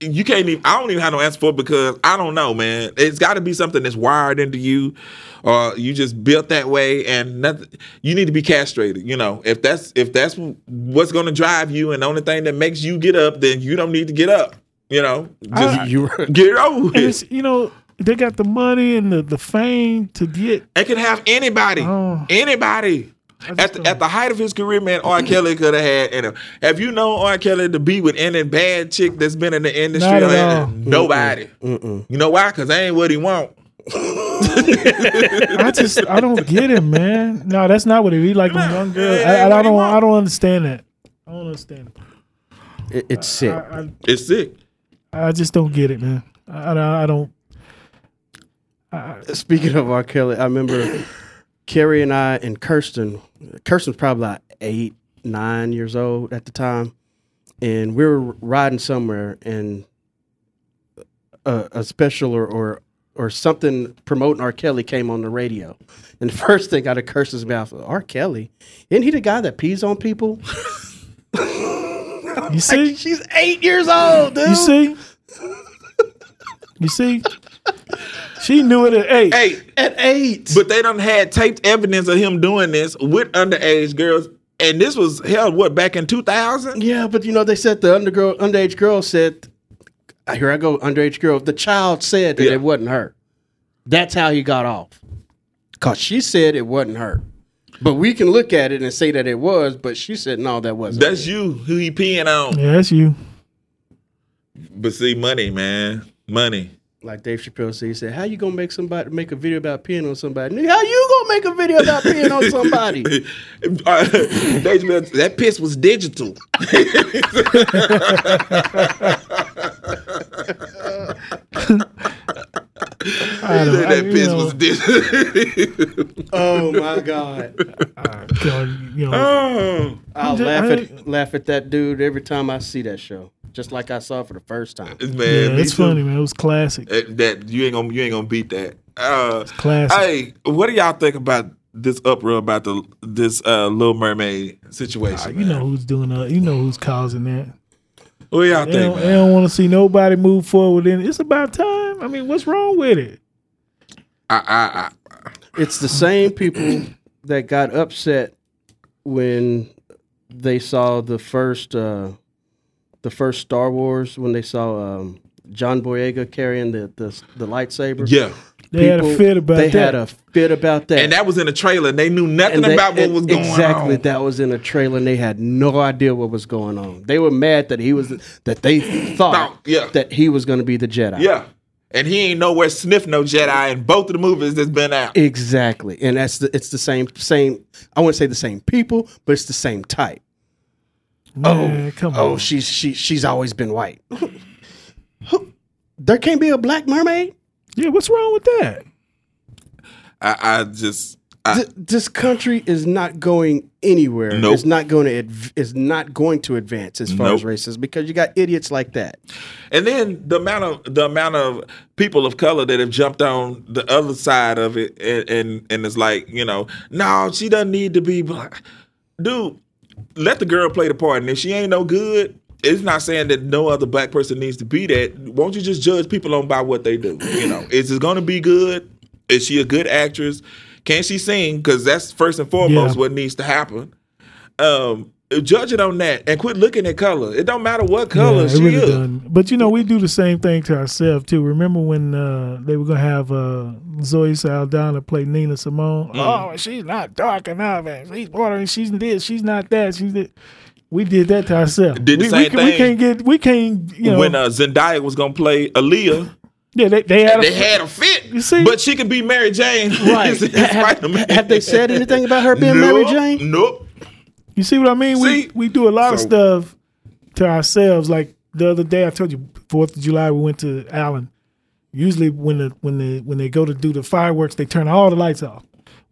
Speaker 3: you can't even. I don't even have no answer for it because I don't know, man. It's got to be something that's wired into you, or you just built that way, and nothing. You need to be castrated. You know, if that's if that's what's going to drive you, and the only thing that makes you get up, then you don't need to get up. You know, just
Speaker 2: I-
Speaker 1: You
Speaker 3: get it over.
Speaker 2: Uh, And
Speaker 3: With.
Speaker 2: it's, you know, they got the money and the, the fame to get.
Speaker 3: It could have anybody,
Speaker 2: Oh.
Speaker 3: anybody. At the, at the height of his career, man, R. Kelly could have had. And have you known R. Kelly to be with any bad chick that's been in the industry?
Speaker 2: Not
Speaker 3: or
Speaker 2: at
Speaker 3: that?
Speaker 2: all.
Speaker 3: Nobody. You know why? Because ain't what he want.
Speaker 2: I just, I don't get it, man. No, that's not what it is. Like a young girl.
Speaker 3: Hey,
Speaker 2: I, I,
Speaker 3: what
Speaker 2: I
Speaker 3: he
Speaker 2: don't,
Speaker 3: want?
Speaker 2: I don't understand that. I don't understand. it.
Speaker 1: It- it's sick.
Speaker 2: I,
Speaker 3: It's sick.
Speaker 2: I, I just don't get it, man. I, I, I don't.
Speaker 1: Speaking of R. Kelly, I remember Carrie and I and Kirsten. Kirsten's probably like eight, nine years old at the time, and we were riding somewhere, and a, a special or, or or something promoting R. Kelly came on the radio, and the first thing out of Kirsten's mouth, was, R. Kelly, isn't he the guy that pees on people? (laughs)
Speaker 2: You see?
Speaker 1: She's eight years old, dude.
Speaker 2: You see? You see? She knew it at eight.
Speaker 3: Hey,
Speaker 1: at eight.
Speaker 3: but they done had taped evidence of him doing this with underage girls. And this was held, what, back in 2000?
Speaker 1: Yeah, but you know they said the undergirl, underage girl said, "Here I go, underage girl." The child said that
Speaker 3: Yeah.
Speaker 1: it wasn't her. That's how he got off, cause she said it wasn't her. But we can look at it and say that it was, but she said no, that wasn't.
Speaker 3: That's you who he peeing on.
Speaker 2: Yeah, that's you.
Speaker 3: But see, money, man. Money. (laughs)
Speaker 1: like Dave Chappelle said. He said, "How you gonna make somebody make a video about peeing on somebody? Nigga, How you gonna make a video about peeing on
Speaker 3: (laughs)
Speaker 1: somebody?"
Speaker 3: Uh, Dave Chappelle, that piss was digital.
Speaker 2: I don't, I,
Speaker 3: that
Speaker 2: you
Speaker 3: piss
Speaker 2: know,
Speaker 3: was digital. (laughs)
Speaker 1: oh my god,
Speaker 2: God, you know,
Speaker 3: oh.
Speaker 1: I'll
Speaker 2: ju-
Speaker 1: laugh
Speaker 2: I-
Speaker 1: at laugh at that dude every time I see that show. just like I saw for the first time.
Speaker 3: Man,
Speaker 2: Yeah,
Speaker 3: me
Speaker 2: it's
Speaker 3: too.
Speaker 2: funny, man. It was classic.
Speaker 3: Uh, That you ain't gonna you ain't gonna beat that. Uh,
Speaker 2: Classic.
Speaker 3: hey, what do y'all think about this uproar about the this uh, Little Mermaid
Speaker 2: Ah,
Speaker 3: situation?
Speaker 2: you know
Speaker 3: man?
Speaker 2: who's doing that. You know who's causing that.
Speaker 3: what do y'all
Speaker 2: They
Speaker 3: think?
Speaker 2: don't,
Speaker 3: man?
Speaker 2: they don't want to see nobody move forward. And it's about time. I mean, what's wrong with it?
Speaker 3: I, I, I,
Speaker 1: It's the same people that got upset when they saw the first uh, the first Star Wars when they saw um, John Boyega carrying the the, the lightsaber.
Speaker 3: yeah.
Speaker 2: They had a fit about
Speaker 1: they
Speaker 2: that.
Speaker 1: had a fit about that.
Speaker 3: And that was in the trailer. and They knew nothing
Speaker 1: And they-
Speaker 3: about what
Speaker 1: and
Speaker 3: was going on.
Speaker 1: Exactly, that was in a trailer, and they had no idea what was going on. They were mad that he was that they thought
Speaker 3: Thought, yeah.
Speaker 1: that he was going to be the Jedi.
Speaker 3: Yeah. And he ain't nowhere sniff no Jedi in both of the movies that's been out.
Speaker 1: Exactly, and that's the it's the same same. I wouldn't say the same people, but it's the same type.
Speaker 2: Man, come
Speaker 1: Oh,
Speaker 2: on.
Speaker 1: she's she she's always been white. Who- there can't be a black mermaid.
Speaker 2: Yeah, what's wrong with that?
Speaker 3: I, I just I,
Speaker 1: Th- this country is not going anywhere.
Speaker 3: Nope.
Speaker 1: It's not going to adv- it's not going to advance as far as
Speaker 3: Nope.
Speaker 1: races because you got idiots like
Speaker 3: (laughs)
Speaker 1: that.
Speaker 3: and then the amount of the amount of people of color that have jumped on the other side of it and and, and it's like, you know, no, she doesn't need to be black. Dude, let the girl play the part. And if she ain't no good, it's not saying that no other black person needs to be that. Won't you just judge people on by what they do? You know, is it gonna be good? Is she a good actress? Can she sing? Because that's first and foremost
Speaker 2: Yeah.
Speaker 3: what needs to happen. Um, judge it on that and quit looking at color. It don't matter what color
Speaker 2: Yeah, it
Speaker 3: she
Speaker 2: really
Speaker 3: is.
Speaker 2: doesn't. But you know, we do the same thing to ourselves too. Remember when uh, they were gonna have uh, Zoe Saldana play Nina Simone?
Speaker 3: Mm.
Speaker 2: Oh, she's not dark enough, and she's ordering. She's this. She's not that. She's that. We did that to ourselves.
Speaker 3: Did the
Speaker 2: we,
Speaker 3: same
Speaker 2: we, can- we
Speaker 3: thing.
Speaker 2: can't get. We can't. You know.
Speaker 3: When uh, Zendaya was gonna play Aaliyah,
Speaker 2: yeah, they, they had.
Speaker 3: they
Speaker 2: a,
Speaker 3: had a fit,
Speaker 2: You see?
Speaker 3: but she could be Mary Jane. (laughs)
Speaker 1: Right.
Speaker 3: in
Speaker 1: have,
Speaker 3: Spider-Man.
Speaker 1: have they said anything about her being Mary
Speaker 3: nope,
Speaker 1: Jane?
Speaker 3: Nope.
Speaker 2: You see what I mean?
Speaker 3: See?
Speaker 2: we we do a lot of
Speaker 3: So-
Speaker 2: stuff to ourselves. Like the other day, I told you Fourth of July, we went to Allen. Usually, when the when the when they go to do the fireworks, they turn all the lights off.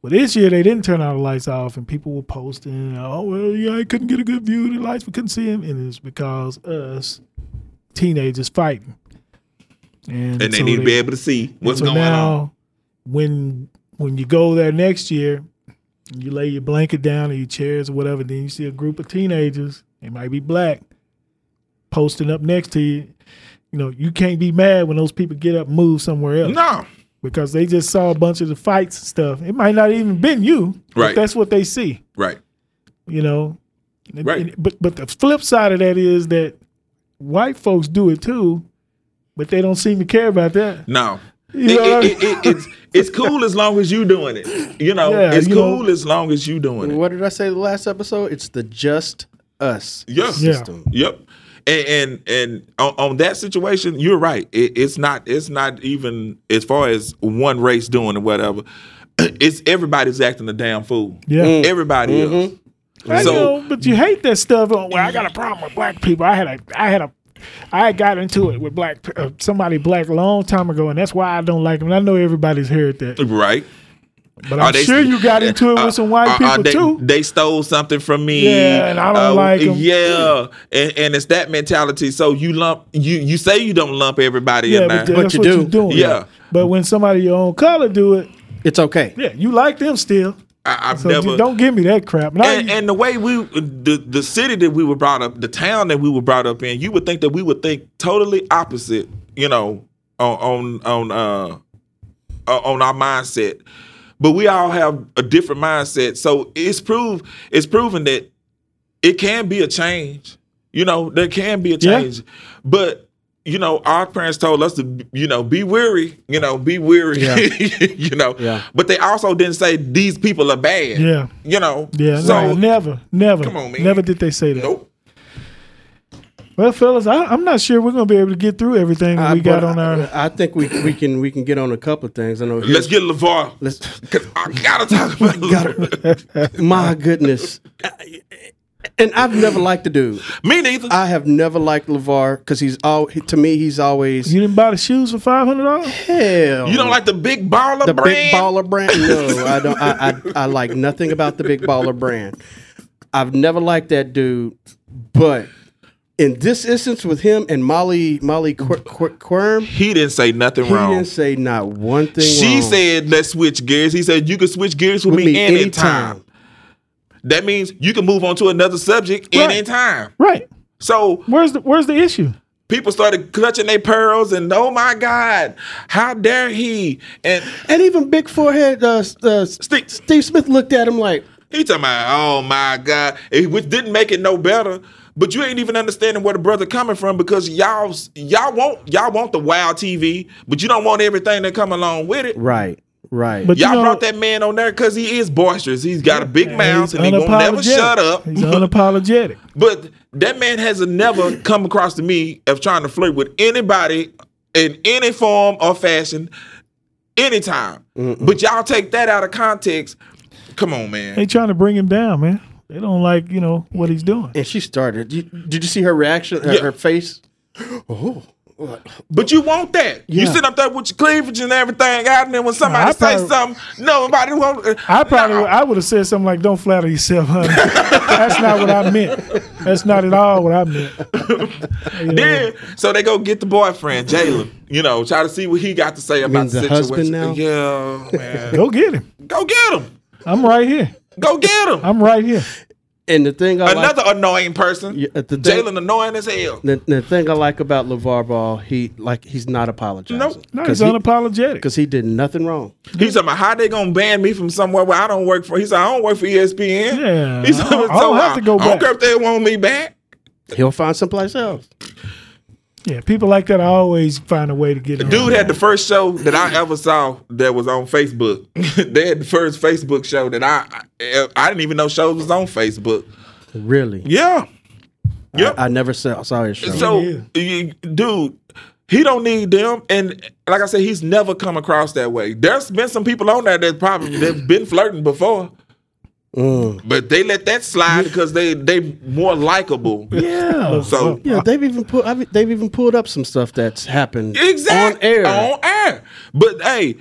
Speaker 2: Well, this year they didn't turn all the lights off, and people were posting, "Oh well, yeah, I couldn't get a good view of the lights. We couldn't see them," and it's because us teenagers fighting. And,
Speaker 3: And they
Speaker 2: so
Speaker 3: need to be able to see what's
Speaker 2: so
Speaker 3: going
Speaker 2: now,
Speaker 3: on.
Speaker 2: when when you go there next year, you lay your blanket down or your chairs or whatever. Then you see a group of teenagers. They might be black, posting up next to you. You know, you can't be mad when those people get up, and move somewhere else
Speaker 3: No.
Speaker 2: because they just saw a bunch of the fights and stuff. It might not even been you, but
Speaker 3: Right.
Speaker 2: that's what they see.
Speaker 3: Right.
Speaker 2: You know, And-
Speaker 3: Right.
Speaker 2: and- but but the flip side of that is that white folks do it too, but they don't seem to care about that.
Speaker 3: No.
Speaker 2: You know
Speaker 3: it,
Speaker 2: what I
Speaker 3: it, it, it, it's it's cool as long as you doing it. You
Speaker 2: (laughs)
Speaker 3: know,
Speaker 2: Yeah,
Speaker 3: it's
Speaker 2: you know.
Speaker 3: cool as long as you doing it.
Speaker 1: What did I say the last episode? It's the just us
Speaker 3: Yeah.
Speaker 2: Yeah.
Speaker 1: system.
Speaker 3: Yep. And and, and on, on that situation, you're right. It, it's not it's not even as far as one race doing or whatever. (clears throat) It's everybody's acting a damn fool.
Speaker 2: Yeah. Mm. Mm-hmm.
Speaker 3: Everybody else.
Speaker 2: I
Speaker 3: So-
Speaker 2: know, but you hate that stuff. Oh, well, I got a problem with black people. I had a, I had a, I got into it with black pe- uh, somebody black a long time ago, and that's why I don't like them. And I know everybody's heard that,
Speaker 3: Right.
Speaker 2: but I'm
Speaker 3: Are they-
Speaker 2: sure you
Speaker 3: (laughs)
Speaker 2: got into it
Speaker 3: uh,
Speaker 2: with some white
Speaker 3: are-
Speaker 2: people
Speaker 3: are they,
Speaker 2: too.
Speaker 3: They stole something from me. Uh,
Speaker 2: Yeah, and I don't like 'em.
Speaker 3: Yeah, and, and it's that mentality. So you lump you you say you don't lump everybody
Speaker 2: Yeah,
Speaker 3: in
Speaker 2: but
Speaker 3: there.
Speaker 2: that's
Speaker 1: you
Speaker 2: what
Speaker 1: do.
Speaker 2: you're doing.
Speaker 3: Yeah.
Speaker 2: but when somebody your own color do it,
Speaker 1: It's okay.
Speaker 2: yeah, you like them still.
Speaker 3: I, I've
Speaker 2: So
Speaker 3: never
Speaker 2: you- don't give me that crap. And I-
Speaker 3: and, and the way we the, the city that we were brought up the town that we were brought up in you would think that we would think totally opposite you know on on on uh o- on our mindset but we all have a different mindset so it's proved it's proven that it can be a change you know there can be a
Speaker 2: Yeah.
Speaker 3: change but you know our parents told us to you know be weary you know be weary
Speaker 1: Yeah.
Speaker 3: (laughs) you know
Speaker 1: Yeah.
Speaker 3: but they also didn't say these people are bad
Speaker 2: yeah,
Speaker 3: you know.
Speaker 2: yeah,
Speaker 3: So
Speaker 2: no, never, never,
Speaker 3: Come on, man.
Speaker 2: never did they say that.
Speaker 3: nope.
Speaker 2: Well, fellas, I, I'm not sure we're gonna be able to get through everything that
Speaker 1: I-
Speaker 2: we got
Speaker 1: but
Speaker 2: on our.
Speaker 1: I, I think we we can we can get on a couple of things. I know.
Speaker 3: Let's get Levar.
Speaker 1: let's
Speaker 3: 'Cause I gotta talk
Speaker 1: (laughs)
Speaker 3: about LeVar.
Speaker 1: My goodness. And I've never liked the dude.
Speaker 3: Me neither.
Speaker 1: I have never liked LeVar because he's all to me. He's always
Speaker 2: you didn't buy the shoes for five hundred dollars.
Speaker 1: hell.
Speaker 3: you don't like the big baller
Speaker 1: the
Speaker 3: brand.
Speaker 1: big baller brand? No, I don't. I, I I like nothing about the big baller brand. I've never liked that dude, but in this instance with him and Molly Molly Quir- Quir- Quirm,
Speaker 3: He didn't say nothing
Speaker 1: he
Speaker 3: wrong.
Speaker 1: didn't say not one thing.
Speaker 3: She
Speaker 1: wrong
Speaker 3: said, "Let's switch gears." He said, "You can switch gears with,
Speaker 1: with
Speaker 3: me, anytime. That means you can move on to another subject
Speaker 2: Right.
Speaker 3: anytime.
Speaker 2: Right.
Speaker 3: So
Speaker 2: Where's the Where's the issue?
Speaker 3: people started clutching their pearls, and oh my God, how dare he? And
Speaker 1: And even big forehead uh, s- uh, s-
Speaker 3: Steve,
Speaker 1: Steve Smith looked at him like,
Speaker 3: he talking about, oh my God, it, which didn't make it no better. But you ain't even understanding where the brother coming from because y'all y'all want y'all want the wild TV, but you don't want everything that come along with it.
Speaker 1: right, right.
Speaker 2: But
Speaker 3: Y'all
Speaker 2: you know,
Speaker 3: brought that man on there because he is boisterous. He's got a big mouth
Speaker 2: he's
Speaker 3: and he won't never
Speaker 2: unapologetic.
Speaker 3: shut up.
Speaker 2: He's unapologetic.
Speaker 3: But that man has never come across to me of trying to flirt with anybody in any form or fashion, anytime. But y'all take that out of context. Come on,
Speaker 2: They
Speaker 3: man.
Speaker 2: trying to bring him down, man. They don't like you know what he's doing.
Speaker 1: and she started. You, did you see her reaction? uh,
Speaker 3: Yeah.
Speaker 1: Her face. Oh,
Speaker 3: But you want that. You
Speaker 1: Yeah.
Speaker 3: sit up there with your cleavage and everything out, and then when somebody
Speaker 2: I
Speaker 3: say
Speaker 2: probably-
Speaker 3: something, nobody want.
Speaker 2: I probably
Speaker 3: No.
Speaker 2: I would have said something like, "Don't flatter yourself, honey." That's not what I meant. That's not at all what I meant. You know,
Speaker 3: Then so they go get the boyfriend, Jalen. You know, try to see what he got to say about
Speaker 1: mean
Speaker 3: the,
Speaker 1: the husband
Speaker 3: situation.
Speaker 1: now?
Speaker 3: Yeah, man.
Speaker 2: Go get him.
Speaker 3: go get him.
Speaker 2: I'm right here.
Speaker 3: Go get him.
Speaker 2: I'm right here.
Speaker 1: and the thing I like,
Speaker 3: Another annoying person.
Speaker 1: Yeah, the thing-
Speaker 3: Jalen annoying as hell.
Speaker 1: the, the thing I like about LeVar Ball, he like he's not apologizing.
Speaker 3: Nope.
Speaker 2: No, he's
Speaker 1: he,
Speaker 2: unapologetic.
Speaker 1: 'cause he did nothing wrong.
Speaker 3: He's talking about how they gonna ban me from somewhere where I don't work for. He said I don't work for E ESPN.
Speaker 2: Yeah,
Speaker 3: He's
Speaker 2: I don't- I don't have to go
Speaker 3: I don't
Speaker 2: back."
Speaker 3: care if they want me back.
Speaker 1: He'll find someplace else.
Speaker 2: Yeah, people like that always find a way to get him.
Speaker 3: Dude had the first show that I ever saw that was on Facebook. (laughs) they had the first Facebook show that I, I I didn't even know shows was on Facebook.
Speaker 1: Really,
Speaker 3: Yeah. Yep.
Speaker 1: I never saw, saw his show.
Speaker 3: So,
Speaker 2: Yeah.
Speaker 3: you- dude, he don't need them. And like I said, he's never come across that way. There's been some people on there that
Speaker 1: (clears throat)
Speaker 3: probably they've been flirting before,
Speaker 1: Mm.
Speaker 3: but they let that slide because they they more likable.
Speaker 2: Yeah.
Speaker 3: So
Speaker 1: yeah, they've even put I've, they've even pulled up some stuff that's happened
Speaker 3: exactly
Speaker 1: on air.
Speaker 3: on air. But hey.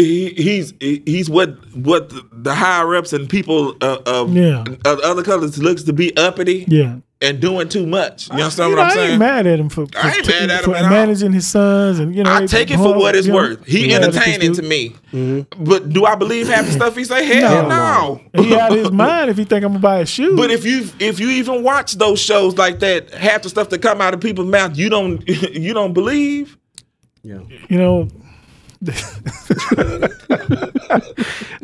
Speaker 3: He, he's he's what what the higher ups and people of, of,
Speaker 2: Yeah.
Speaker 3: of other colors looks to be uppity
Speaker 2: yeah.
Speaker 3: and doing too much. You understand
Speaker 2: You
Speaker 3: what
Speaker 2: know,
Speaker 3: I'm
Speaker 2: I
Speaker 3: saying?
Speaker 2: ain't mad at him for, for,
Speaker 3: I ain't mad at him
Speaker 2: for
Speaker 3: at all.
Speaker 2: managing his sons and you know.
Speaker 3: I
Speaker 2: they-
Speaker 3: take it for what it's
Speaker 2: you know,
Speaker 3: worth. He
Speaker 2: yeah,
Speaker 3: entertaining
Speaker 2: this
Speaker 3: to me, but do I believe half the stuff he say? Mm-hmm. Hell no.
Speaker 2: dude- (laughs) He out of his mind if he think I'm gonna buy his shoes.
Speaker 3: But if you if you even watch those shows like that, half the stuff that come out of people's mouth, you don't (laughs) you don't believe.
Speaker 1: Yeah.
Speaker 2: you know, (laughs)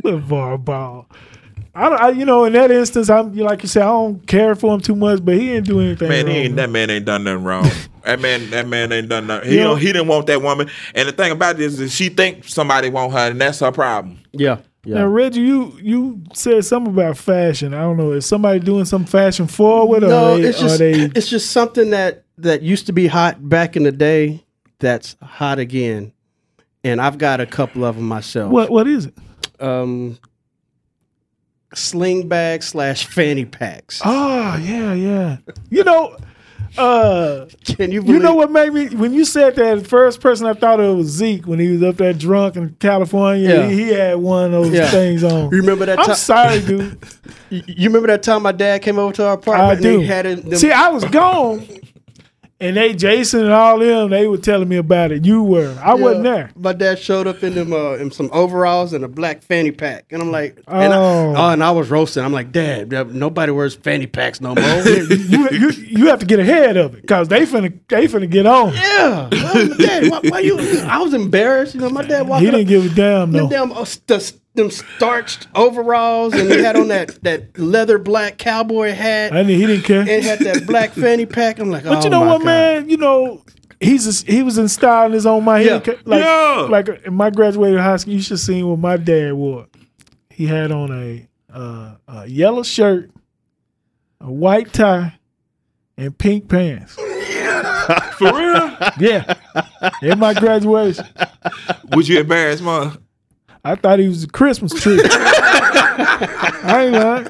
Speaker 2: LeVar Ball. I don't, I, you know, in that instance, I'm like you said, I don't care for him too much, but he didn't do anything.
Speaker 3: Man, he
Speaker 2: wrong.
Speaker 3: ain't, that man ain't done nothing wrong. (laughs) that man that man ain't done nothing. He
Speaker 2: Yeah.
Speaker 3: don't, he didn't want that woman. And the thing about this is she think somebody want her, and that's her problem.
Speaker 1: Yeah,
Speaker 2: Now,
Speaker 1: yeah.
Speaker 2: Reggie, you you said something about fashion. I don't know. Is somebody doing some fashion forward, or
Speaker 1: No,
Speaker 2: they,
Speaker 1: it's just
Speaker 2: are they?
Speaker 1: it's just something that that used to be hot back in the day that's hot again, and I've got a couple of them myself.
Speaker 2: What what is it?
Speaker 1: Um, sling bags slash fanny packs.
Speaker 2: Oh yeah, yeah. You know, uh,
Speaker 1: Can you believe?
Speaker 2: you know what made me when you said that the first person I thought of was Zeke when he was up there drunk in California.
Speaker 1: Yeah.
Speaker 2: He, he had one of those
Speaker 1: Yeah.
Speaker 2: things on.
Speaker 1: You remember that?
Speaker 2: I'm
Speaker 1: ti- (laughs)
Speaker 2: sorry, dude.
Speaker 1: you- you remember that time my dad came over to our apartment
Speaker 2: I
Speaker 1: and
Speaker 2: do.
Speaker 1: they had it. them-
Speaker 2: See, I was gone, and they Jason and all them they were telling me about it. You were, I wasn't
Speaker 1: Yeah.
Speaker 2: there.
Speaker 1: My dad showed up in them uh, in some overalls and a black fanny pack, and I'm like, and
Speaker 2: Oh.
Speaker 1: I, oh, and I was roasting. I'm like, Dad, that- nobody wears fanny packs no more.
Speaker 2: (laughs) you, you you have to get ahead of it because they finna they finna get on.
Speaker 1: yeah, I'm like, Dad, why, why you? I was embarrassed. You know, my dad walked.
Speaker 2: He didn't give a damn
Speaker 1: them,
Speaker 2: though.
Speaker 1: damn, uh, st- them starched overalls, and he had on that that leather black cowboy hat.
Speaker 2: I mean, he didn't care.
Speaker 1: and had that
Speaker 2: (laughs)
Speaker 1: black fanny pack. I'm like, oh
Speaker 2: But you know what, man? You know. He's a, he was in style in his own mind. He
Speaker 1: Yeah.
Speaker 2: didn't care. Like
Speaker 3: Yeah.
Speaker 2: like in my graduated high school, you should see what my dad wore. He had on a, uh, a yellow shirt, a white tie, and pink pants.
Speaker 3: For real?
Speaker 2: Yeah, at my graduation,
Speaker 3: (laughs) Would you embarrass my?
Speaker 2: I thought he was a Christmas tree. I ain't lying.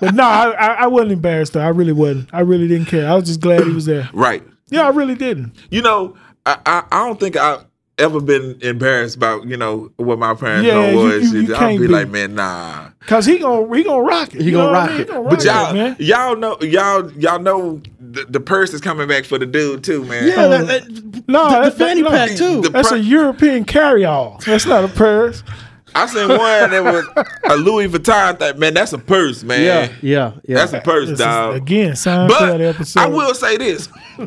Speaker 2: But no, I, I, I wasn't embarrassed though. I really wasn't. I really didn't care. I was just glad he was there.
Speaker 3: Right.
Speaker 2: Yeah, I really didn't.
Speaker 3: You know, I, I, I don't think I ever been embarrassed about you know what my parents
Speaker 2: Yeah,
Speaker 3: know
Speaker 2: you-
Speaker 3: was,
Speaker 2: you- you
Speaker 3: I'll be,
Speaker 2: can't be.
Speaker 3: like, man, nah.
Speaker 2: Cause he gonna he gonna rock it.
Speaker 1: He
Speaker 2: You
Speaker 1: gonna
Speaker 2: know what I
Speaker 1: rock
Speaker 2: mean? He
Speaker 1: it.
Speaker 2: gonna
Speaker 3: But
Speaker 2: rock
Speaker 3: y'all,
Speaker 2: it, man.
Speaker 3: y'all know, y'all, y'all know the, the purse is coming back for the dude too, man.
Speaker 1: Yeah, that, that,
Speaker 2: No,
Speaker 1: the,
Speaker 2: that's-
Speaker 1: the fanny
Speaker 2: no.
Speaker 1: pack too.
Speaker 3: The-
Speaker 2: That's
Speaker 3: Pro-
Speaker 2: a European carry-all. That's not a purse.
Speaker 3: I seen one that was a Louis Vuitton thing. Man, that's a purse, man.
Speaker 1: yeah, yeah, yeah.
Speaker 3: That's a purse,
Speaker 2: This is,
Speaker 3: dog.
Speaker 2: again, Seinfeld
Speaker 3: But
Speaker 2: episode.
Speaker 3: I will say this. I-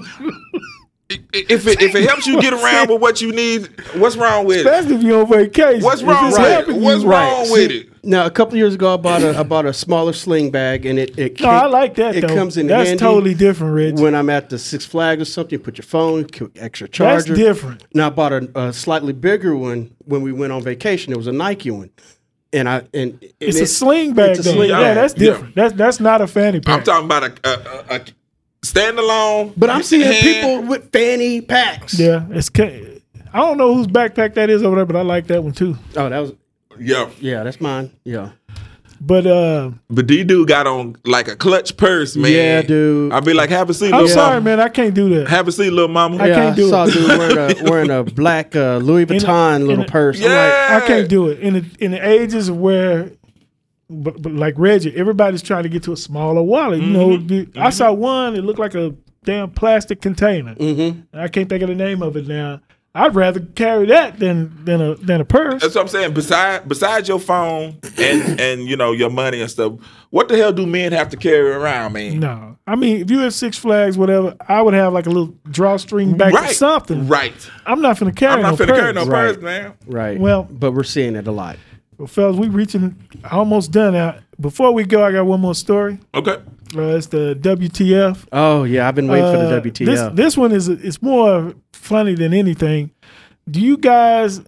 Speaker 3: i- if it, if it helps you get around with what you need, what's wrong with it?
Speaker 2: Especially if you on vacation.
Speaker 3: What's
Speaker 2: If
Speaker 3: wrong
Speaker 2: it's
Speaker 3: with it?
Speaker 2: happening,
Speaker 3: What's
Speaker 2: you-
Speaker 3: wrong with
Speaker 1: See,
Speaker 3: it?
Speaker 1: Now, a couple years ago, I bought a I bought a smaller sling bag, and it it
Speaker 2: No, I like that.
Speaker 1: It
Speaker 2: though.
Speaker 1: comes in
Speaker 2: That's
Speaker 1: handy
Speaker 2: totally different, Rich.
Speaker 1: when I'm at the Six Flags or something. You put your phone, c- extra
Speaker 2: That's
Speaker 1: charger.
Speaker 2: different.
Speaker 1: And I bought a, a slightly bigger one when we went on vacation. It was a Nike one, and I and, and
Speaker 2: It's
Speaker 1: it-
Speaker 2: a sling bag.
Speaker 1: It's a
Speaker 2: though.
Speaker 1: sling
Speaker 2: yeah,
Speaker 1: bag.
Speaker 2: that's
Speaker 3: Yeah.
Speaker 2: different. That's that's not a fanny pack.
Speaker 3: I'm talking about a, a, a, a standalone.
Speaker 1: But I'm seeing
Speaker 3: hand-
Speaker 1: people with fanny packs.
Speaker 2: yeah, it's. ca- I don't know whose backpack that is over there, but I like that one too.
Speaker 1: Oh, that was
Speaker 3: Yeah,
Speaker 1: yeah. That's mine. Yeah.
Speaker 2: But uh,
Speaker 3: but D dude got on like a clutch purse, man.
Speaker 1: Yeah, dude.
Speaker 3: I'd be like, have a seat,
Speaker 2: I'm
Speaker 3: little
Speaker 2: sorry,
Speaker 3: mama.
Speaker 2: man. I can't do that.
Speaker 3: Have a seat, little mama.
Speaker 2: I
Speaker 1: yeah,
Speaker 2: can't do
Speaker 1: I saw
Speaker 2: it.
Speaker 1: a dude wearing a, wearing a black uh, Louis
Speaker 2: a-
Speaker 1: Vuitton
Speaker 2: (laughs) in
Speaker 1: little
Speaker 2: a-
Speaker 1: purse. I'm like,
Speaker 3: yeah,
Speaker 2: I can't do it in the, in the ages where, but, but like Reggie, everybody's trying to get to a smaller wallet. You know,
Speaker 3: Mm-hmm.
Speaker 2: the- I saw one. It looked like a damn plastic container. Mm-hmm. I can't think of the name of it now. I'd rather carry that than than a than a purse.
Speaker 3: That's what I'm saying. Beside, besides your phone and and you know your money and stuff, what the hell do men have to carry around, man?
Speaker 2: no, I mean, if you had Six Flags, whatever, I would have like a little drawstring bag or
Speaker 3: Right,
Speaker 2: something.
Speaker 3: Right.
Speaker 2: I'm not gonna carry.
Speaker 3: I'm not
Speaker 2: no
Speaker 3: finna carry
Speaker 2: purse.
Speaker 3: no
Speaker 1: Right.
Speaker 3: purse, man.
Speaker 1: Right.
Speaker 2: Well-
Speaker 1: but we're seeing it a lot.
Speaker 2: Well, fellas, we reaching almost done. Now, before we go, I got one more story.
Speaker 3: Okay.
Speaker 2: Uh, it's the WTF.
Speaker 1: Oh yeah, I've been waiting
Speaker 2: Uh,
Speaker 1: for the WTF.
Speaker 2: This, this one is it's more funny than anything. Do you guys?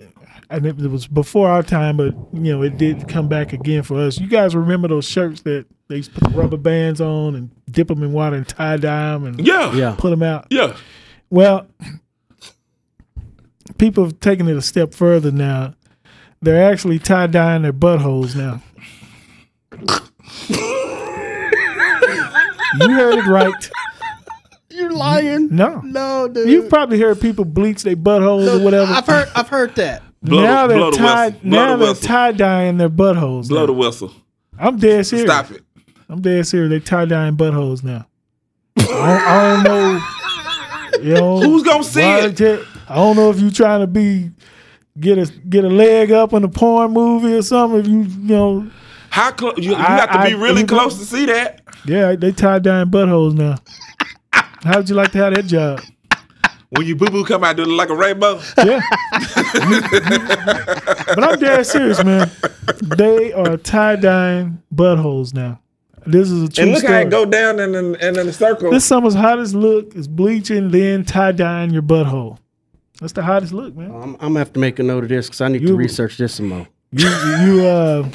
Speaker 2: And it was before our time, but you know it did come back again for us. You guys remember those shirts that they used to put rubber bands on and dip them in water and tie dye them and
Speaker 3: Yeah.
Speaker 1: yeah.
Speaker 2: put them out?
Speaker 3: Yeah.
Speaker 2: Well, people have taken it a step further now. They're actually tie dyeing their
Speaker 1: (laughs)
Speaker 2: buttholes now. you heard it right.
Speaker 1: You're lying.
Speaker 2: No.
Speaker 1: No, dude.
Speaker 2: You've probably heard people bleach their buttholes or whatever.
Speaker 1: I've heard I've heard that.
Speaker 3: Blow,
Speaker 2: now
Speaker 3: the,
Speaker 2: they're
Speaker 3: blow the
Speaker 2: tie,
Speaker 3: whistle. Blow
Speaker 2: now
Speaker 3: the
Speaker 2: they're
Speaker 3: whistle.
Speaker 2: tie dyeing their buttholes.
Speaker 3: blow
Speaker 2: now.
Speaker 3: the whistle.
Speaker 2: I'm dead serious.
Speaker 3: Stop it.
Speaker 2: I'm dead serious. They tie dyeing buttholes now. I, don't, I don't know. You know,
Speaker 3: Who's gonna see
Speaker 2: why
Speaker 3: it?
Speaker 2: did- I don't know if you trying to be get a get a leg up in a porn movie or something. If you you know,
Speaker 3: How close? You, you
Speaker 2: I-
Speaker 3: have to
Speaker 2: I-
Speaker 3: be really
Speaker 2: you know-
Speaker 3: close to see that.
Speaker 2: yeah, they tie dyeing buttholes now. How would you like to have that job?
Speaker 3: When you boo boo come out, do it like
Speaker 2: (laughs)
Speaker 3: a rainbow.
Speaker 2: Yeah. but I'm dead serious, man. They are tie dyeing buttholes now. This is a true
Speaker 3: and look how
Speaker 2: story.
Speaker 3: it go down and in, and in a circle.
Speaker 2: This summer's hottest look is bleaching, then tie dyeing your butthole. That's the hottest look, man.
Speaker 1: I'm, I'm gonna have to make a note of this because I need to
Speaker 2: You-
Speaker 1: research this some more.
Speaker 2: You, you, uh,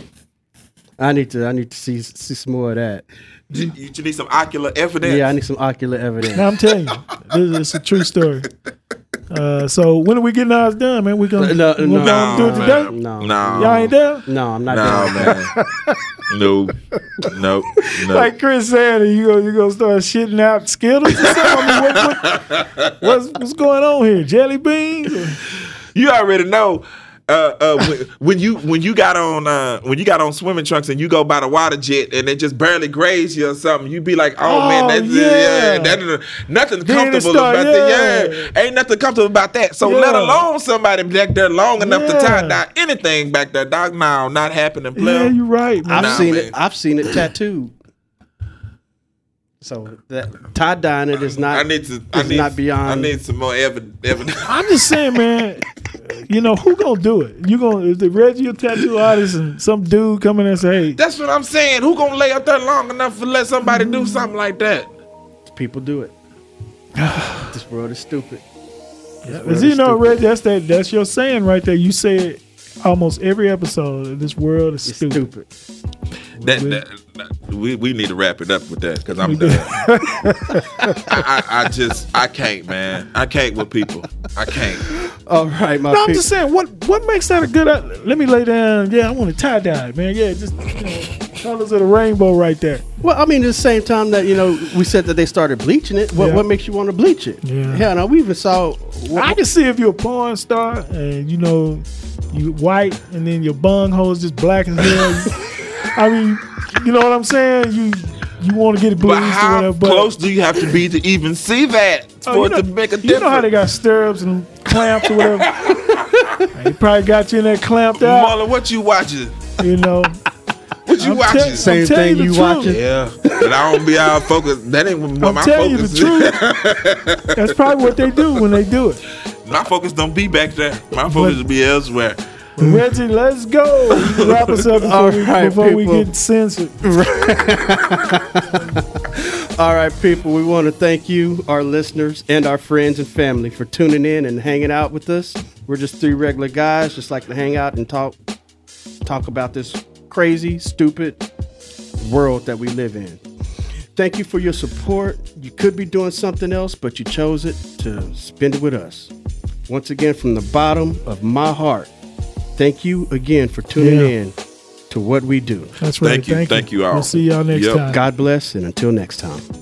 Speaker 1: I need to I need to see see some more of that.
Speaker 3: you, you need some ocular evidence.
Speaker 1: Yeah, I need some ocular evidence.
Speaker 2: I'm telling you, this is a true story. Uh, so when are we getting ours done, man? We gonna,
Speaker 1: (laughs) No,
Speaker 2: we
Speaker 1: no,
Speaker 2: gonna do it
Speaker 3: man.
Speaker 2: today?
Speaker 1: No,
Speaker 3: No.
Speaker 2: Y'all ain't there?
Speaker 1: no, I'm not.
Speaker 2: (laughs)
Speaker 3: No,
Speaker 1: doing that.
Speaker 3: man. no. No. No.
Speaker 2: Like Chris said, you go, you gonna start shitting out Skittles or something? I mean, what- what- what's, what's going on here? Jelly beans? Or-
Speaker 3: you already know. Uh, uh, when, when you when you got on uh, when you got on swimming trunks and you go by the water jet and it just barely grazed you or something, you be like, oh,
Speaker 2: Oh,
Speaker 3: man, that's,
Speaker 2: yeah.
Speaker 3: yeah, that- nothing
Speaker 2: Then it
Speaker 3: comfortable
Speaker 2: start-
Speaker 3: about that. Yeah, ain't nothing comfortable about that. So let
Speaker 2: Yeah.
Speaker 3: alone somebody back there long enough to
Speaker 2: Yeah.
Speaker 3: tie dye anything back there, dog. No, not happening,
Speaker 2: yeah,
Speaker 3: player.
Speaker 2: you're right, man.
Speaker 1: I've
Speaker 3: Nah,
Speaker 1: seen
Speaker 3: man.
Speaker 1: it. I've seen it tattooed. So that tie dyeing it is not.
Speaker 3: I need to. I
Speaker 1: is
Speaker 3: need,
Speaker 1: not beyond.
Speaker 3: I need some more evidence. evidence. (laughs)
Speaker 2: I'm just saying, man. You know who gonna do it? You gonna is the Reggie a tattoo artist and some dude coming and say, "Hey,
Speaker 3: That's what I'm saying. Who gonna lay up there long enough to let somebody
Speaker 2: Mm-hmm.
Speaker 3: do something like that?
Speaker 1: People (sighs) do it. this world is stupid.
Speaker 2: is you know Reggie? That's that. That's your saying right there. You say it almost every episode. Of this world is
Speaker 1: It's
Speaker 2: stupid.
Speaker 1: stupid.
Speaker 3: That, that- that- we we need to wrap it up with that because I'm
Speaker 2: (laughs)
Speaker 3: done. I,
Speaker 2: (laughs)
Speaker 3: I, I just I can't, man. I can't with people. I can't.
Speaker 1: All right, my
Speaker 2: No, I'm
Speaker 1: people.
Speaker 2: just saying, what what makes that a good? uh, Let me lay down. Yeah, I want to tie dye, man. Yeah, just you know, colors of the rainbow right there.
Speaker 1: Well, I mean, at the same time that you know we said that they started bleaching it. What,
Speaker 2: Yeah.
Speaker 1: what makes you want to bleach it?
Speaker 2: Yeah.
Speaker 1: Hell, no, we even saw.
Speaker 2: I can see if you're a porn star and you know you white and then your bung hole's just black as
Speaker 3: (laughs)
Speaker 2: hell. I mean, you know what I'm saying? You you want to get it
Speaker 3: But
Speaker 2: bleached or
Speaker 3: how
Speaker 2: whatever. But
Speaker 3: close do you have to be to even see that
Speaker 2: Oh,
Speaker 3: for it to make a difference?
Speaker 2: you know how they got stirrups and clamps or whatever.
Speaker 3: (laughs)
Speaker 2: they probably got you in there clamped out.
Speaker 3: Marlon, what you watching?
Speaker 2: You know,
Speaker 3: What you
Speaker 2: I'm
Speaker 3: watching?
Speaker 2: tell-
Speaker 1: Same
Speaker 2: I'm telling
Speaker 1: thing
Speaker 2: the
Speaker 1: you
Speaker 2: truth.
Speaker 1: watching.
Speaker 3: yeah, but I don't be out focused. That ain't what
Speaker 2: I'm
Speaker 3: my
Speaker 2: telling you
Speaker 3: focus
Speaker 2: the truth.
Speaker 3: (laughs)
Speaker 2: That's probably what they do when they do it.
Speaker 3: is. My focus don't be back there. My focus will be elsewhere. Hmm.
Speaker 2: Reggie, let's go. You can Wrap us up
Speaker 1: All
Speaker 2: before, we,
Speaker 1: right,
Speaker 2: before we
Speaker 1: people.
Speaker 2: get censored.
Speaker 1: All right, people, we want to thank you, our listeners, and our friends and family for tuning in and hanging out with us. We're just three regular guys, just like to hang out and talk, talk about this crazy, stupid world that we live in. Thank you for your support. You could be doing something else, but you chose it to spend it with us. Once again, from the bottom of my heart, thank you again for tuning
Speaker 2: Yeah.
Speaker 1: in to what we do.
Speaker 2: That's right.
Speaker 3: Thank you. Thank you all.
Speaker 2: We'll see y'all next
Speaker 3: Yep.
Speaker 2: time.
Speaker 1: God bless, and until next time.